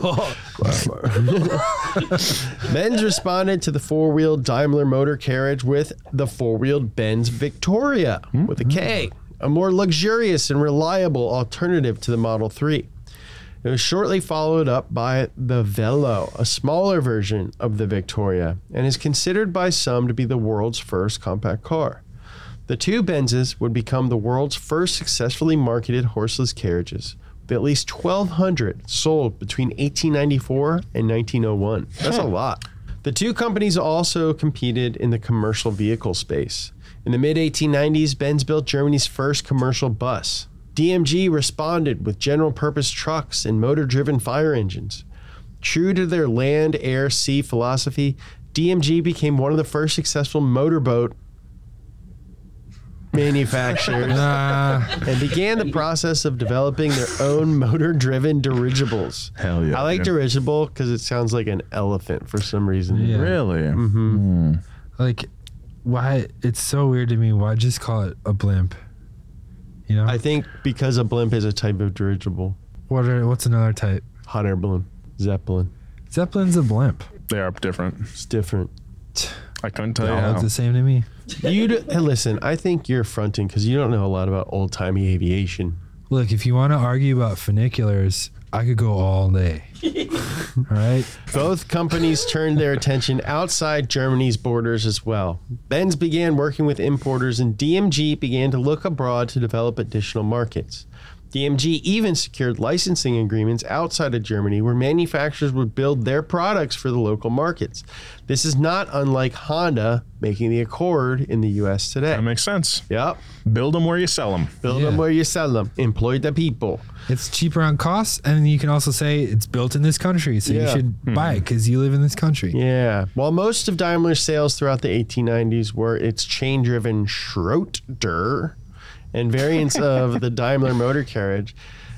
[SPEAKER 2] Benz responded to the four wheeled Daimler motor carriage with the four wheeled Benz Victoria with a K, a more luxurious and reliable alternative to the Model 3. It was shortly followed up by the Velo, a smaller version of the Victoria, and is considered by some to be the world's first compact car. The two Benzes would become the world's first successfully marketed horseless carriages, with at least 1,200 sold between 1894 and 1901. That's a lot. The two companies also competed in the commercial vehicle space. In the mid 1890s, Benz built Germany's first commercial bus. DMG responded with general purpose trucks and motor driven fire engines. True to their land, air, sea philosophy, DMG became one of the first successful motorboat [LAUGHS] manufacturers
[SPEAKER 4] Nah.
[SPEAKER 2] and began the process of developing their own motor-driven dirigibles.
[SPEAKER 1] Hell yeah,
[SPEAKER 2] I like
[SPEAKER 1] dude.
[SPEAKER 2] dirigible because it sounds like an elephant for some reason.
[SPEAKER 4] Yeah.
[SPEAKER 1] really.
[SPEAKER 2] Mm-hmm.
[SPEAKER 4] like, why? It's so weird to me. Why just call it a blimp? You know,
[SPEAKER 2] I think because a blimp is a type of dirigible.
[SPEAKER 4] what are what's another type?
[SPEAKER 2] Hot air balloon, zeppelin.
[SPEAKER 4] Zeppelin's a blimp.
[SPEAKER 1] They are different.
[SPEAKER 2] It's different.
[SPEAKER 1] I couldn't tell
[SPEAKER 4] They
[SPEAKER 1] you
[SPEAKER 4] all
[SPEAKER 1] how.
[SPEAKER 4] look the same to me.
[SPEAKER 2] You d- hey, listen. I think you're fronting because you don't know a lot about old-timey aviation.
[SPEAKER 4] Look, if you want to argue about funiculars, I could go all [LAUGHS] day. all right.
[SPEAKER 2] Both companies turned their attention outside Germany's borders as well. Benz began working with importers, and DMG began to look abroad to develop additional markets. DMG even secured licensing agreements outside of Germany where manufacturers would build their products for the local markets. This is not unlike Honda making the Accord in the US today. That
[SPEAKER 1] makes sense.
[SPEAKER 2] Yep.
[SPEAKER 1] Build them where you sell them.
[SPEAKER 2] Build them where you sell them. Employ the people.
[SPEAKER 4] It's cheaper on costs, and you can also say it's built in this country, so you
[SPEAKER 2] Yeah. Hmm.
[SPEAKER 4] should buy it because you live in this country.
[SPEAKER 2] Yeah. While most of Daimler's sales throughout the 1890s were its chain driven Schroeder and variants
[SPEAKER 1] [LAUGHS]
[SPEAKER 2] of the Daimler motor carriage,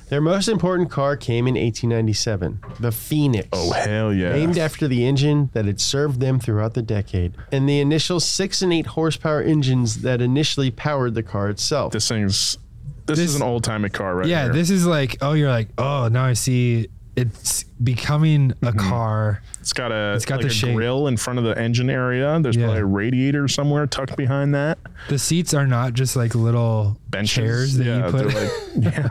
[SPEAKER 2] their most important car came in 1897, the Phoenix.
[SPEAKER 1] Oh, hell yeah.
[SPEAKER 2] Named after the engine that had served them throughout the decade, and the initial six and eight horsepower engines that initially powered the car itself.
[SPEAKER 1] This thing's This, is an old timey car, right?
[SPEAKER 4] yeah,
[SPEAKER 1] here.
[SPEAKER 4] this is like, oh, you're like, oh, now I see it's becoming a
[SPEAKER 1] Mm-hmm.
[SPEAKER 4] car.
[SPEAKER 1] It's got a it's got
[SPEAKER 4] got
[SPEAKER 1] like
[SPEAKER 4] the
[SPEAKER 1] a
[SPEAKER 4] shape.
[SPEAKER 1] grill in front of the engine area. There's probably a radiator somewhere tucked behind that.
[SPEAKER 4] The seats are not just like little
[SPEAKER 1] Benches.
[SPEAKER 4] chairs that
[SPEAKER 1] yeah,
[SPEAKER 4] you put.
[SPEAKER 1] they're like- yeah.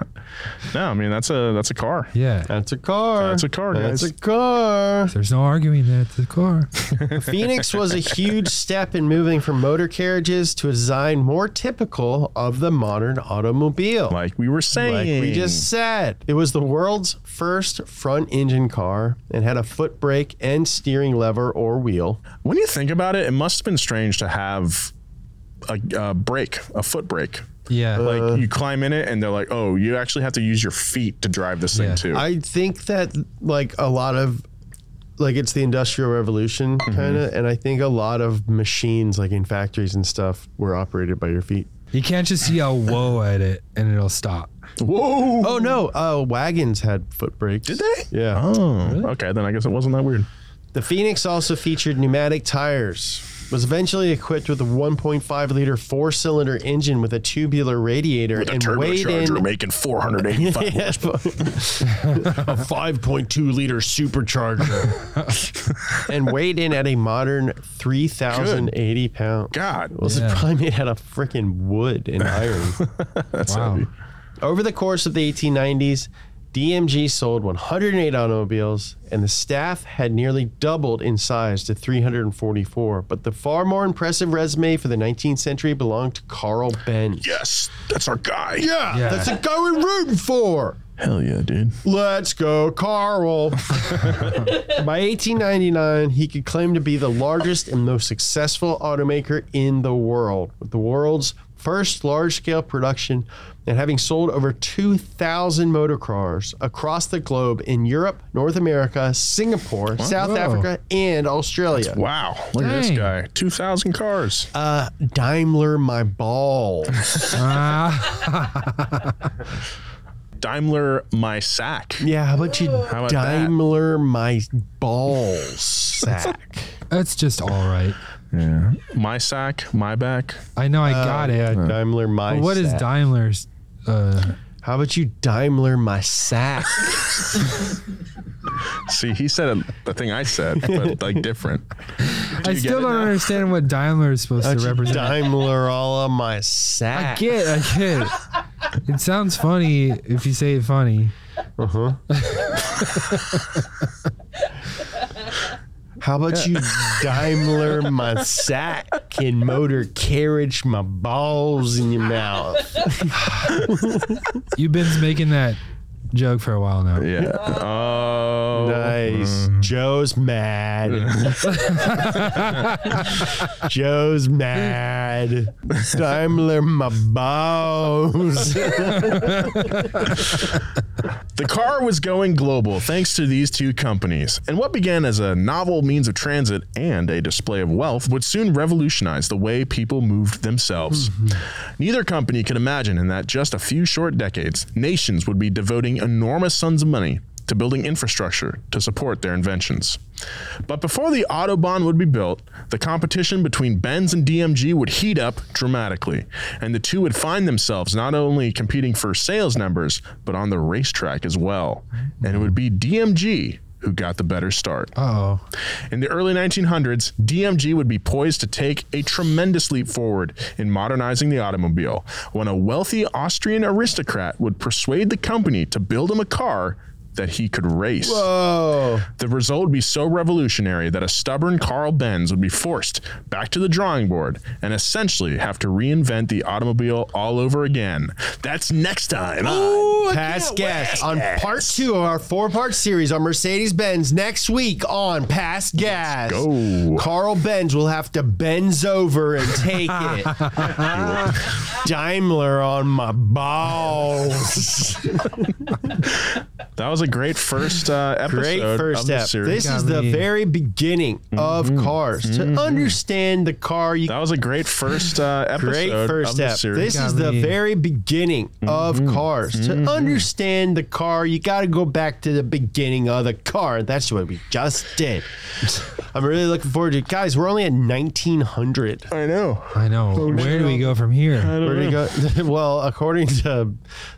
[SPEAKER 1] No, I mean that's a that's a car.
[SPEAKER 4] [LAUGHS] Yeah.
[SPEAKER 2] That's a car.
[SPEAKER 1] That's a car, guys.
[SPEAKER 2] That's a car.
[SPEAKER 4] There's no arguing that it's a car.
[SPEAKER 2] Phoenix was a huge step in moving from motor carriages to a design more typical of the modern automobile.
[SPEAKER 1] Like we were saying.
[SPEAKER 2] Like we just said. It was the world's first front engine car and had a foot brake and steering lever or wheel.
[SPEAKER 1] When you think about it, it must have been strange to have a, a brake, a foot brake.
[SPEAKER 4] Yeah.
[SPEAKER 1] Like you climb in it and they're like, oh, you actually have to use your feet to drive this thing too.
[SPEAKER 2] I think that like a lot of like it's the industrial revolution kind of and I think a lot of machines like in factories and stuff were operated by your feet.
[SPEAKER 4] You can't just yell "whoa" at it and it'll stop.
[SPEAKER 1] Whoa!
[SPEAKER 2] Oh no! Uh, wagons had foot brakes. Did
[SPEAKER 1] they?
[SPEAKER 2] Yeah.
[SPEAKER 1] Oh, okay. Then I guess it wasn't that weird.
[SPEAKER 2] The Phoenix also featured pneumatic tires. Was eventually equipped with a 1.5 liter four cylinder engine with a tubular radiator
[SPEAKER 1] With a
[SPEAKER 2] and weighed
[SPEAKER 1] turbocharger
[SPEAKER 2] in
[SPEAKER 1] making
[SPEAKER 2] [LAUGHS]
[SPEAKER 1] 485
[SPEAKER 2] Yeah, [LAUGHS] a 5.2 liter [LAUGHS] supercharger, and weighed in at a modern 3,080 pounds.
[SPEAKER 1] God,
[SPEAKER 2] it was
[SPEAKER 1] Yeah.
[SPEAKER 2] probably made out of freaking wood and iron.
[SPEAKER 4] wow.
[SPEAKER 2] Over the course of the 1890s, DMG sold 108 automobiles, and the staff had nearly doubled in size to 344. But the far more impressive resume for the 19th century belonged to Carl Benz.
[SPEAKER 1] Yes, that's our guy.
[SPEAKER 2] Yeah, that's a guy we're rooting for.
[SPEAKER 1] Hell yeah, dude.
[SPEAKER 2] Let's go,
[SPEAKER 4] [LAUGHS]
[SPEAKER 2] Carl. By 1899, he could claim to be the largest and most successful automaker in the world, with the world's first large scale production and having sold over 2,000 motor cars across the globe in Europe, North America, Singapore, South
[SPEAKER 1] Whoa.
[SPEAKER 2] Africa, and Australia.
[SPEAKER 1] Wow. Look at this
[SPEAKER 2] Dang.
[SPEAKER 1] guy. 2,000 cars.
[SPEAKER 2] Uh, Daimler,
[SPEAKER 1] [LAUGHS]
[SPEAKER 2] my balls.
[SPEAKER 1] Daimler, my sack.
[SPEAKER 2] yeah, how about you,
[SPEAKER 1] How about that?
[SPEAKER 2] Daimler, my balls sack?
[SPEAKER 4] That's just all right.
[SPEAKER 1] Yeah. My sack, my back.
[SPEAKER 4] I know I
[SPEAKER 1] Uh,
[SPEAKER 4] got it. I-
[SPEAKER 2] Daimler, my
[SPEAKER 4] But what is
[SPEAKER 2] sack.
[SPEAKER 4] Daimler's? Uh,
[SPEAKER 2] How about you, Daimler, my sack?
[SPEAKER 1] See, he said the thing I said,
[SPEAKER 2] [LAUGHS]
[SPEAKER 1] but like different. Do
[SPEAKER 4] I
[SPEAKER 1] you get
[SPEAKER 4] still
[SPEAKER 1] it
[SPEAKER 4] don't
[SPEAKER 1] now?
[SPEAKER 4] understand what Daimler is supposed
[SPEAKER 2] How
[SPEAKER 4] to
[SPEAKER 2] about you,
[SPEAKER 4] represent.
[SPEAKER 2] Daimler, all of my
[SPEAKER 4] I
[SPEAKER 2] sack?
[SPEAKER 4] get, it, I get. it. It sounds funny if you say it funny.
[SPEAKER 2] Uh huh. How about you, Daimler, my sack and motor carriage, my balls in your mouth?
[SPEAKER 4] You've been making that joke for a while now.
[SPEAKER 1] Yeah. Oh.
[SPEAKER 2] Nice. Joe's mad. Joe's mad. Daimler, my balls.
[SPEAKER 1] The car was going global thanks to these two companies, and what began as a novel means of transit and a display of wealth would soon revolutionize the way people moved themselves.
[SPEAKER 2] Mm-hmm.
[SPEAKER 1] Neither company could imagine in that just a few short decades, nations would be devoting enormous sums of money to building infrastructure to support their inventions. But before the Autobahn would be built, the competition between Benz and DMG would heat up dramatically, and the two would find themselves not only competing for sales numbers, but on the racetrack as well. And it would be DMG who got the better start.
[SPEAKER 4] Oh,
[SPEAKER 1] In the early 1900s, DMG would be poised to take a tremendous leap forward in modernizing the automobile when a wealthy Austrian aristocrat would persuade the company to build him a car that he could race.
[SPEAKER 2] Whoa.
[SPEAKER 1] The result would be so revolutionary that a stubborn Carl Benz would be forced back to the drawing board and essentially have to reinvent the automobile all over again. That's next time. on
[SPEAKER 2] Past Gas on part two of our four part series on Mercedes Benz next week on Past Gas. Go. Carl Benz will have to Benz over and take it. Daimler on my balls.
[SPEAKER 1] That was a great first uh, episode.
[SPEAKER 2] Great first
[SPEAKER 1] of the
[SPEAKER 2] step.
[SPEAKER 1] series.
[SPEAKER 2] This is the very beginning of cars. To understand the car, you
[SPEAKER 1] That was a great first uh, episode.
[SPEAKER 2] Great first
[SPEAKER 1] of the
[SPEAKER 2] step.
[SPEAKER 1] series. Mm-hmm.
[SPEAKER 2] This is the very beginning of cars. To understand the car, you got to go back to the beginning of the car. That's what we just did.
[SPEAKER 1] [LAUGHS]
[SPEAKER 2] I'm really looking forward to it. Guys, we're only at 1900.
[SPEAKER 1] I know.
[SPEAKER 4] I know. Where do we go from here?
[SPEAKER 2] Where do you go? [LAUGHS] well, according to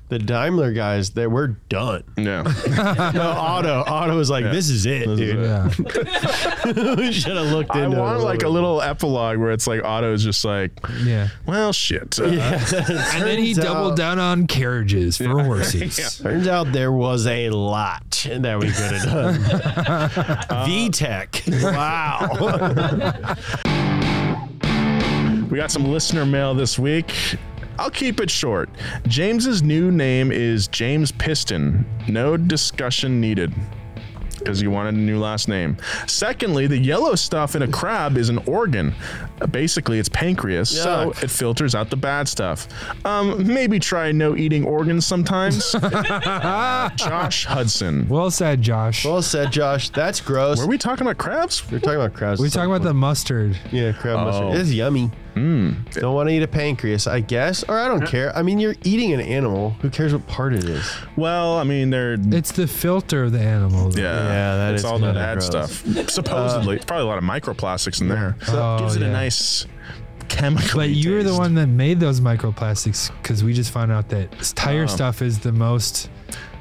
[SPEAKER 2] the Daimler guys, they we're
[SPEAKER 1] [LAUGHS]
[SPEAKER 2] done.
[SPEAKER 1] No.
[SPEAKER 2] no, Auto. Auto was like,
[SPEAKER 1] Yeah.
[SPEAKER 2] this is it, dude. [LAUGHS] we should have looked
[SPEAKER 1] I
[SPEAKER 2] into
[SPEAKER 1] want
[SPEAKER 2] it.
[SPEAKER 1] like a little epilogue where it's like Otto's just like,
[SPEAKER 4] yeah,
[SPEAKER 1] well, shit. uh,
[SPEAKER 4] and then he doubled down on carriages for horses.
[SPEAKER 2] Turns out there was a lot that we could have done.
[SPEAKER 1] [LAUGHS]
[SPEAKER 2] VTech. Wow.
[SPEAKER 1] We got some listener mail this week. I'll keep it short. James's new name is James Piston. No discussion needed. Because you wanted a new last name. Secondly, the yellow stuff in a crab is an organ. Uh, basically, it's pancreas, so it filters out the bad stuff. Um, maybe try no eating organs sometimes. Josh Hudson.
[SPEAKER 4] Well said, Josh.
[SPEAKER 2] Well said, Josh. That's gross.
[SPEAKER 1] Were we talking about crabs?
[SPEAKER 2] We're talking about crabs.
[SPEAKER 4] We're talking about Hmm. the mustard.
[SPEAKER 2] Yeah, crab
[SPEAKER 1] Oh.
[SPEAKER 2] mustard. It's yummy. Don't want to eat a pancreas, I guess, or I don't care. I mean, you're eating an animal. Who cares what part it is?
[SPEAKER 1] Well, I mean, they're
[SPEAKER 4] It's the filter of the animal. though.
[SPEAKER 1] Yeah,
[SPEAKER 2] Yeah, that
[SPEAKER 1] it's
[SPEAKER 2] is
[SPEAKER 1] all the
[SPEAKER 2] kinda
[SPEAKER 1] bad
[SPEAKER 2] gross. Uh,
[SPEAKER 1] stuff. Supposedly, it's probably a lot of microplastics in there. So
[SPEAKER 4] Oh,
[SPEAKER 1] gives it
[SPEAKER 4] yeah.
[SPEAKER 1] a nice chemical.
[SPEAKER 4] But you're the
[SPEAKER 1] taste.
[SPEAKER 4] one that made those microplastics because we just found out that s- tire
[SPEAKER 1] Oh.
[SPEAKER 4] stuff Um, is the most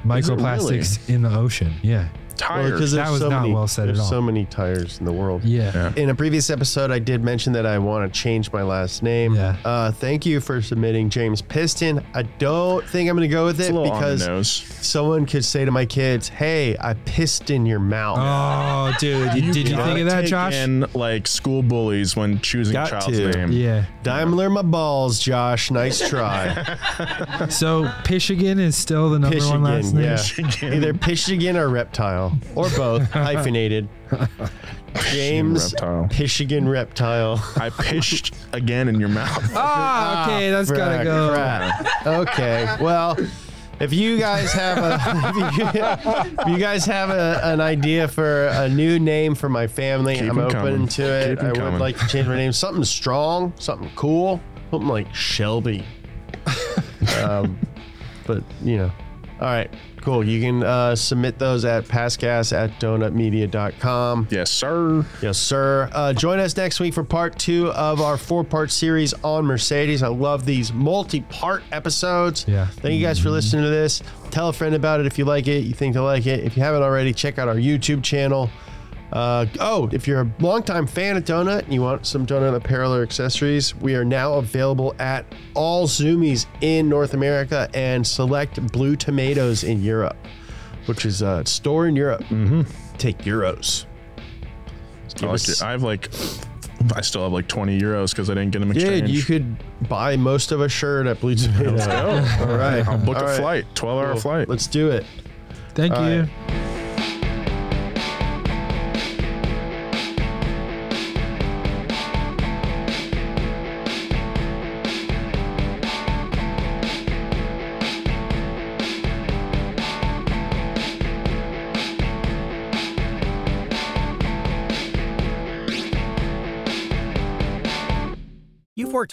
[SPEAKER 4] microplastics in the ocean. Yeah.
[SPEAKER 1] tires.
[SPEAKER 4] That was not well said at
[SPEAKER 2] there's
[SPEAKER 4] all.
[SPEAKER 2] so many tires in the world.
[SPEAKER 4] Yeah.
[SPEAKER 2] In a previous episode, I did mention that I want to change my last name.
[SPEAKER 4] Yeah.
[SPEAKER 2] Uh, thank you for submitting James Piston. I don't think I'm going to go with
[SPEAKER 1] It's
[SPEAKER 2] it
[SPEAKER 1] a little on the
[SPEAKER 2] because
[SPEAKER 1] nose.
[SPEAKER 2] someone could say to my kids, "Hey, I pissed in your mouth."
[SPEAKER 4] Oh, dude. You, did you
[SPEAKER 1] Gotta
[SPEAKER 4] think of that,
[SPEAKER 1] take
[SPEAKER 4] Josh?
[SPEAKER 1] In, like school bullies when choosing a
[SPEAKER 2] Got
[SPEAKER 1] child's
[SPEAKER 2] to.
[SPEAKER 1] name. [LAUGHS]
[SPEAKER 4] Yeah.
[SPEAKER 2] Daimler my balls, Josh. Nice
[SPEAKER 4] [LAUGHS]
[SPEAKER 2] try.
[SPEAKER 4] So Pishigan is still the number one last
[SPEAKER 2] Pishigan,
[SPEAKER 4] name.
[SPEAKER 2] yeah.
[SPEAKER 1] Michigan.
[SPEAKER 2] Either Pishigan or Reptile, or both,
[SPEAKER 1] [LAUGHS]
[SPEAKER 2] hyphenated. James
[SPEAKER 1] Reptile.
[SPEAKER 2] Pishigan Reptile.
[SPEAKER 1] I pished again in your mouth.
[SPEAKER 2] [LAUGHS]
[SPEAKER 4] Ah, okay, that's gotta
[SPEAKER 2] Crap,
[SPEAKER 4] go.
[SPEAKER 2] crap. Okay, well, if you guys have a, [LAUGHS] if you, if you guys have a, an idea for a new name for my family,
[SPEAKER 1] Keep
[SPEAKER 2] I'm
[SPEAKER 1] 'em
[SPEAKER 2] open
[SPEAKER 1] coming.
[SPEAKER 2] to
[SPEAKER 1] Keep
[SPEAKER 2] it. I
[SPEAKER 1] 'em
[SPEAKER 2] would
[SPEAKER 1] coming.
[SPEAKER 2] like to change my name. Something strong, something cool, something like Shelby. um, but you know, all right, cool. You can uh, submit those at passgas at donutmedia.com.
[SPEAKER 1] yes, sir.
[SPEAKER 2] Yes, sir. Uh, join us next week for part two of our four part series on Mercedes. I love these multi part episodes.
[SPEAKER 4] Yeah.
[SPEAKER 2] Thank you guys for listening to this. Tell a friend about it if you like it, you think they'll like it. If you haven't already, check out our YouTube channel. Uh, oh, if you're a longtime fan of Donut and you want some Donut apparel or accessories, we are now available at all Zoomies in North America and select Blue Tomatoes in Europe, which is a store in Europe. Mm-hmm. Take euros.
[SPEAKER 1] I like it. I have like, I still have like 20 euros because I didn't get them
[SPEAKER 2] Yeah,
[SPEAKER 1] exchanged.
[SPEAKER 2] you could buy most of a shirt at Blue Tomato.
[SPEAKER 1] Let's go.
[SPEAKER 2] All right.
[SPEAKER 1] I'll book
[SPEAKER 2] All
[SPEAKER 1] a
[SPEAKER 2] right.
[SPEAKER 1] flight, 12 hour
[SPEAKER 2] Cool.
[SPEAKER 1] flight.
[SPEAKER 2] Let's do it.
[SPEAKER 4] Thank
[SPEAKER 2] All
[SPEAKER 4] you.
[SPEAKER 2] right.
[SPEAKER 9] You've worked